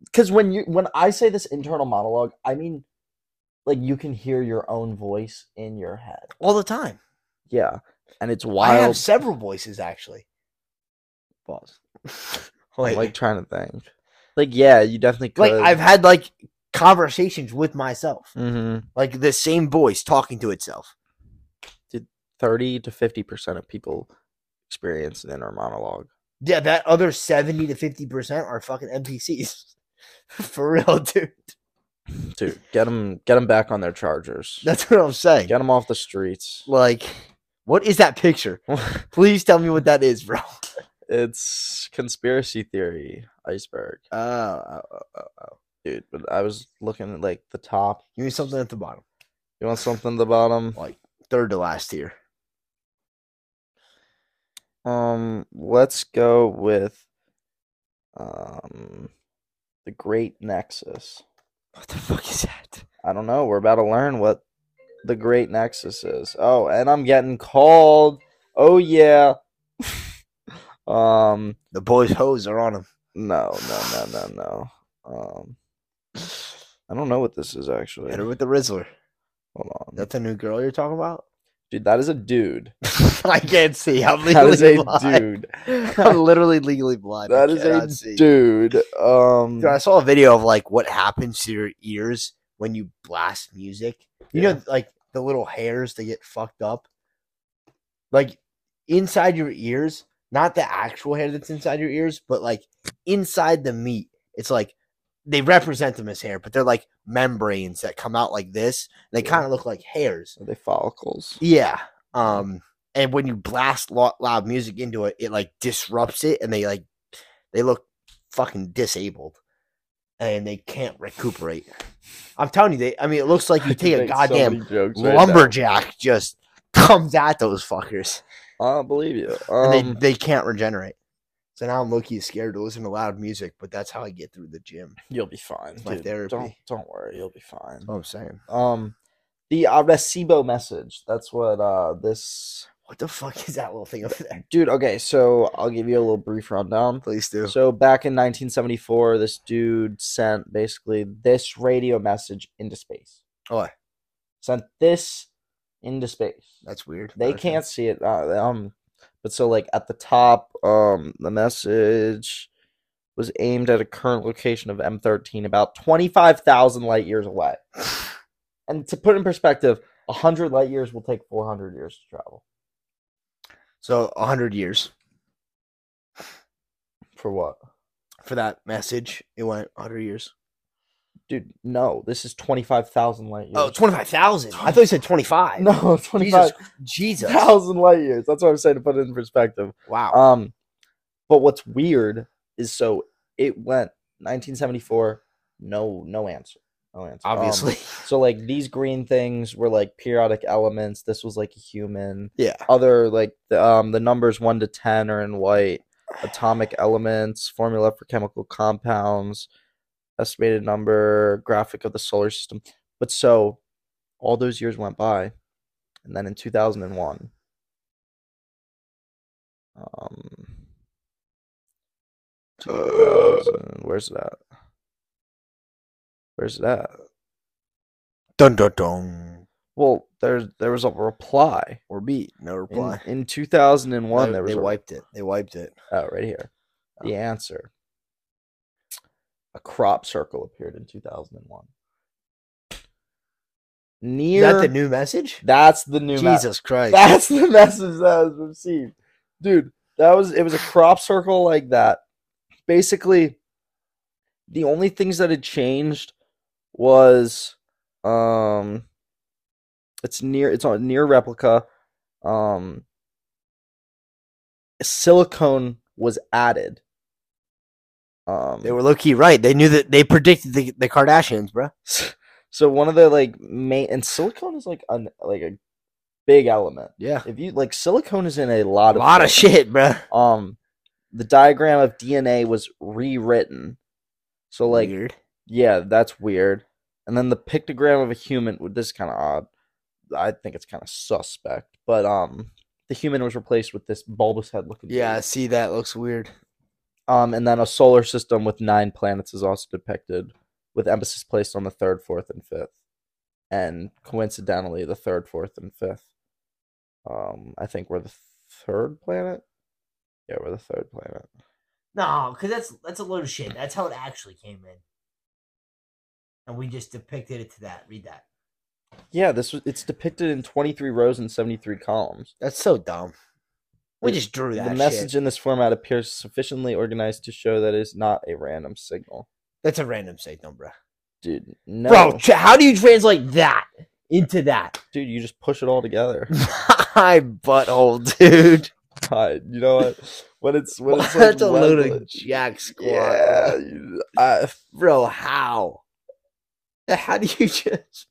Speaker 1: because when you when I say this internal monologue, I mean like you can hear your own voice in your head.
Speaker 2: all the time.
Speaker 1: Yeah, and it's
Speaker 2: I
Speaker 1: wild.
Speaker 2: have several voices actually. Pause.
Speaker 1: I'm, [laughs]
Speaker 2: [laughs] like,
Speaker 1: like
Speaker 2: like,
Speaker 1: trying to think. Like yeah, you definitely could.
Speaker 2: I've had like conversations with myself,
Speaker 1: hmm
Speaker 2: like the same voice talking to itself.
Speaker 1: thirty to fifty percent of people experience an inner monologue.
Speaker 2: Yeah, that other seventy to fifty percent are fucking NPCs. [laughs] For real, dude.
Speaker 1: Dude, get them get them back on their chargers.
Speaker 2: That's what I'm saying.
Speaker 1: Get them off the streets.
Speaker 2: Like, what is that [laughs] picture? Please tell me what that is, [laughs] bro.
Speaker 1: it's conspiracy theory iceberg,
Speaker 2: Oh, oh, oh, oh.
Speaker 1: dude. But I was looking at like the top.
Speaker 2: give me something at the bottom,
Speaker 1: You want something at the bottom?
Speaker 2: third to last tier.
Speaker 1: Um, let's go with um the Great Nexus.
Speaker 2: What the fuck is that?
Speaker 1: I don't know. We're about to learn what the Great Nexus is. Oh, and I'm getting called. Oh yeah. [laughs] um,
Speaker 2: The boys' hoes are on him.
Speaker 1: no, no, no, no, no. Um, I don't know what this is actually.
Speaker 2: Hit her with the Rizzler.
Speaker 1: Hold on,
Speaker 2: That's a new girl you're talking about?
Speaker 1: dude. That is a
Speaker 2: [laughs]
Speaker 1: dude.
Speaker 2: I can't see. I'm
Speaker 1: [laughs]
Speaker 2: legally
Speaker 1: That is a
Speaker 2: blind. [laughs]
Speaker 1: dude.
Speaker 2: I'm literally legally blind.
Speaker 1: That
Speaker 2: I
Speaker 1: is
Speaker 2: cannot
Speaker 1: a
Speaker 2: see.
Speaker 1: dude. Um,
Speaker 2: Dude, I saw a video of like what happens to your ears when you blast music. You
Speaker 1: Yeah.
Speaker 2: know, like the little hairs that get fucked up. Like inside your ears, not the actual hair that's inside your ears, but like inside the meat. It's like they represent them as hair, but they're like membranes that come out like this. They
Speaker 1: Yeah.
Speaker 2: kind of look like hairs.
Speaker 1: are they follicles?
Speaker 2: Yeah. Um and when you blast lo- loud music into it, it like disrupts it and they like they look fucking disabled and they can't recuperate. I'm telling you, they I mean it looks like
Speaker 1: [laughs] I
Speaker 2: you
Speaker 1: could
Speaker 2: take a
Speaker 1: make so
Speaker 2: goddamn
Speaker 1: many jokes right now.
Speaker 2: lumberjack just comes at those fuckers
Speaker 1: I don't believe you.
Speaker 2: [laughs] and
Speaker 1: Um,
Speaker 2: they, they can't regenerate. So now I'm low key scared to listen to loud music, but that's how I get through the gym.
Speaker 1: you'll be fine.
Speaker 2: my
Speaker 1: dude.
Speaker 2: therapy.
Speaker 1: Don't don't worry. You'll be fine.
Speaker 2: That's what I'm saying.
Speaker 1: Um, the Arecibo message. That's what uh this
Speaker 2: What the fuck is that little thing over there?
Speaker 1: dude. Okay, so I'll give you a little brief rundown.
Speaker 2: Please do.
Speaker 1: So back in 1974, this dude sent basically this radio message into space.
Speaker 2: Oh,
Speaker 1: Sent this into space.
Speaker 2: that's weird.
Speaker 1: They
Speaker 2: Okay.
Speaker 1: can't see it. Uh, um, but so like at the top, um, the message was aimed at a current location of M13, about twenty five thousand light years [sighs] away. And to put in perspective, hundred light years will take four hundred years to travel.
Speaker 2: So 100 years.
Speaker 1: For what,
Speaker 2: for that message. It went 100 years.
Speaker 1: dude? No, this is twenty five thousand light years.
Speaker 2: Oh, 25,000. I thought you said
Speaker 1: [laughs]
Speaker 2: 25.
Speaker 1: no, twenty five
Speaker 2: Jesus.
Speaker 1: thousand light years. That's what I'm saying to put it in perspective.
Speaker 2: Wow.
Speaker 1: Um, but what's weird is so it went 1974. No, no answer. No answer. Um,
Speaker 2: Obviously.
Speaker 1: so like these green things were like periodic elements. This was like a human.
Speaker 2: [laughs] yeah.
Speaker 1: Other like the, um the numbers one to ten are in white. Atomic elements, formula for chemical compounds, estimated number, graphic of the solar system. But so all those years went by, and then in 2001 um 2000 where's that where's that
Speaker 2: Dun dun dun.
Speaker 1: well there there was a reply
Speaker 2: Or beat. No
Speaker 1: in,
Speaker 2: reply.
Speaker 1: in 2001
Speaker 2: They-
Speaker 1: there was
Speaker 2: they
Speaker 1: a
Speaker 2: wiped it. They wiped it.
Speaker 1: Oh, right here. The
Speaker 2: Oh.
Speaker 1: answer. A crop circle appeared in 2001. Near.
Speaker 2: Is that the new message?
Speaker 1: that's the new me-
Speaker 2: Jesus
Speaker 1: [laughs]
Speaker 2: Christ.
Speaker 1: That's the message that was received. Dude, that was it was a crop circle like that. Basically, the only things that had changed was um it's near it's on near replica. Um silicone was added. Um
Speaker 2: They were low key right. They knew that they predicted the, the Kardashians, bruh.
Speaker 1: so one of the like main and silicone is like an like a big element.
Speaker 2: Yeah.
Speaker 1: If you like silicone is in a
Speaker 2: A
Speaker 1: lot of
Speaker 2: lot of
Speaker 1: things.
Speaker 2: shit, bruh.
Speaker 1: um the diagram of DNA was rewritten. So like
Speaker 2: Weird.
Speaker 1: yeah, that's weird. And then the pictogram of a human well, this is kind of odd. I think it's kind of suspect, but um the human was replaced with this bulbous head looking
Speaker 2: Yeah, I
Speaker 1: dude.
Speaker 2: see that looks weird.
Speaker 1: Um and then a solar system with 9 planets is also depicted with emphasis placed on the 3rd, 4th and 5th. And coincidentally the 3rd, 4th and 5th um I think we're the 3rd planet. Yeah, we're the 3rd planet.
Speaker 3: No, because that's that's a load of shit. That's how it actually came in, and we just depicted it to that. Read that.
Speaker 1: Yeah, this was it's depicted in 23 rows and 73 columns.
Speaker 2: That's so dumb. We
Speaker 1: It-
Speaker 2: just drew that
Speaker 1: the
Speaker 2: shit.
Speaker 1: message in this format appears sufficiently organized to show that it is not a random signal.
Speaker 2: That's a random signal, bruh.
Speaker 1: Dude, no.
Speaker 3: Bro, ch- how do you translate that into
Speaker 1: [laughs]
Speaker 3: that?
Speaker 1: Dude, you just push it all
Speaker 2: [laughs]
Speaker 1: together.
Speaker 2: My butthole, [laughs] dude.
Speaker 1: God, you know what? When it's when it's like
Speaker 2: That's a load
Speaker 1: level-
Speaker 2: of jack squat.
Speaker 1: Yeah.
Speaker 2: bruh.
Speaker 1: you- I-
Speaker 2: Bro, how? How do you [laughs] just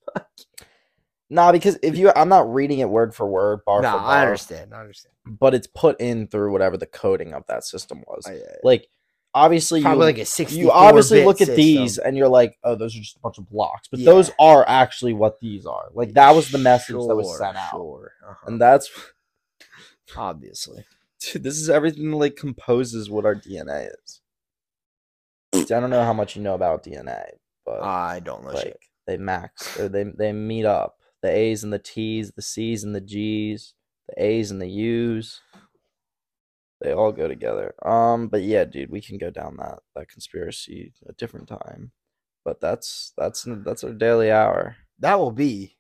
Speaker 1: nah, because if you I'm not reading it word for word, bar for
Speaker 2: No,
Speaker 1: bar,
Speaker 2: I understand. I understand.
Speaker 1: but it's put in through whatever the coding of that system was.
Speaker 2: I- I-
Speaker 1: Like obviously you
Speaker 2: Probably like a 60.
Speaker 1: you obviously look at these and you're like, oh, those are just a bunch of blocks, but those
Speaker 2: Yeah.
Speaker 1: are actually what these are. Like that was the message that was sent out,
Speaker 2: Sure. uh-huh,
Speaker 1: and that's [laughs]
Speaker 2: obviously.
Speaker 1: dude, this is everything that like composes what our DNA is. See, I don't know how much you know about DNA, but
Speaker 2: I don't know
Speaker 1: like
Speaker 2: shit.
Speaker 1: they max or they they meet up. The A's and the T's, the C's and the G's, the A's and the U's. They all go together. Um, but yeah, dude, we can go down that that conspiracy a different time. But that's that's that's our daily hour.
Speaker 2: That will be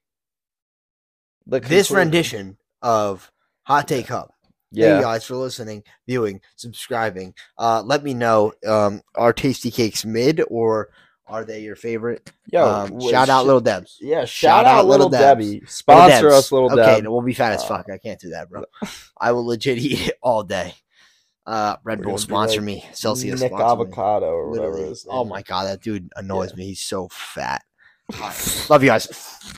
Speaker 1: The
Speaker 2: this
Speaker 1: conclusion-
Speaker 2: rendition of Hot Take Hub. Thank you
Speaker 1: Yeah,
Speaker 2: guys for listening, viewing, subscribing. Uh, let me know um, are tasty cakes mid or are they your favorite?
Speaker 1: yo,
Speaker 2: um,
Speaker 1: w-
Speaker 2: shout out
Speaker 1: sh-
Speaker 2: Little Debs.
Speaker 1: yeah, shout, out, little
Speaker 2: Debs.
Speaker 1: Debbie. Sponsor
Speaker 2: Debs.
Speaker 1: us, little
Speaker 2: Okay,
Speaker 1: Deb.
Speaker 2: no, we'll be fat as
Speaker 1: Uh,
Speaker 2: fuck. I can't do that, bro. I will legit eat it all day. Uh, Red
Speaker 1: We're
Speaker 2: Bull
Speaker 1: gonna be
Speaker 2: sponsor
Speaker 1: like
Speaker 2: me. Celsius
Speaker 1: Nick
Speaker 2: sponsor me.
Speaker 1: Avocado or whatever.
Speaker 2: Literally.
Speaker 1: his
Speaker 2: Oh
Speaker 1: name
Speaker 2: my
Speaker 1: is.
Speaker 2: god, that dude annoys me. He's so fat. Alright, Love you
Speaker 1: [laughs]
Speaker 2: guys.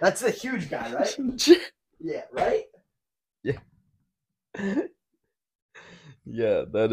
Speaker 3: That's the huge guy, right? Yeah, right.
Speaker 1: yeah, that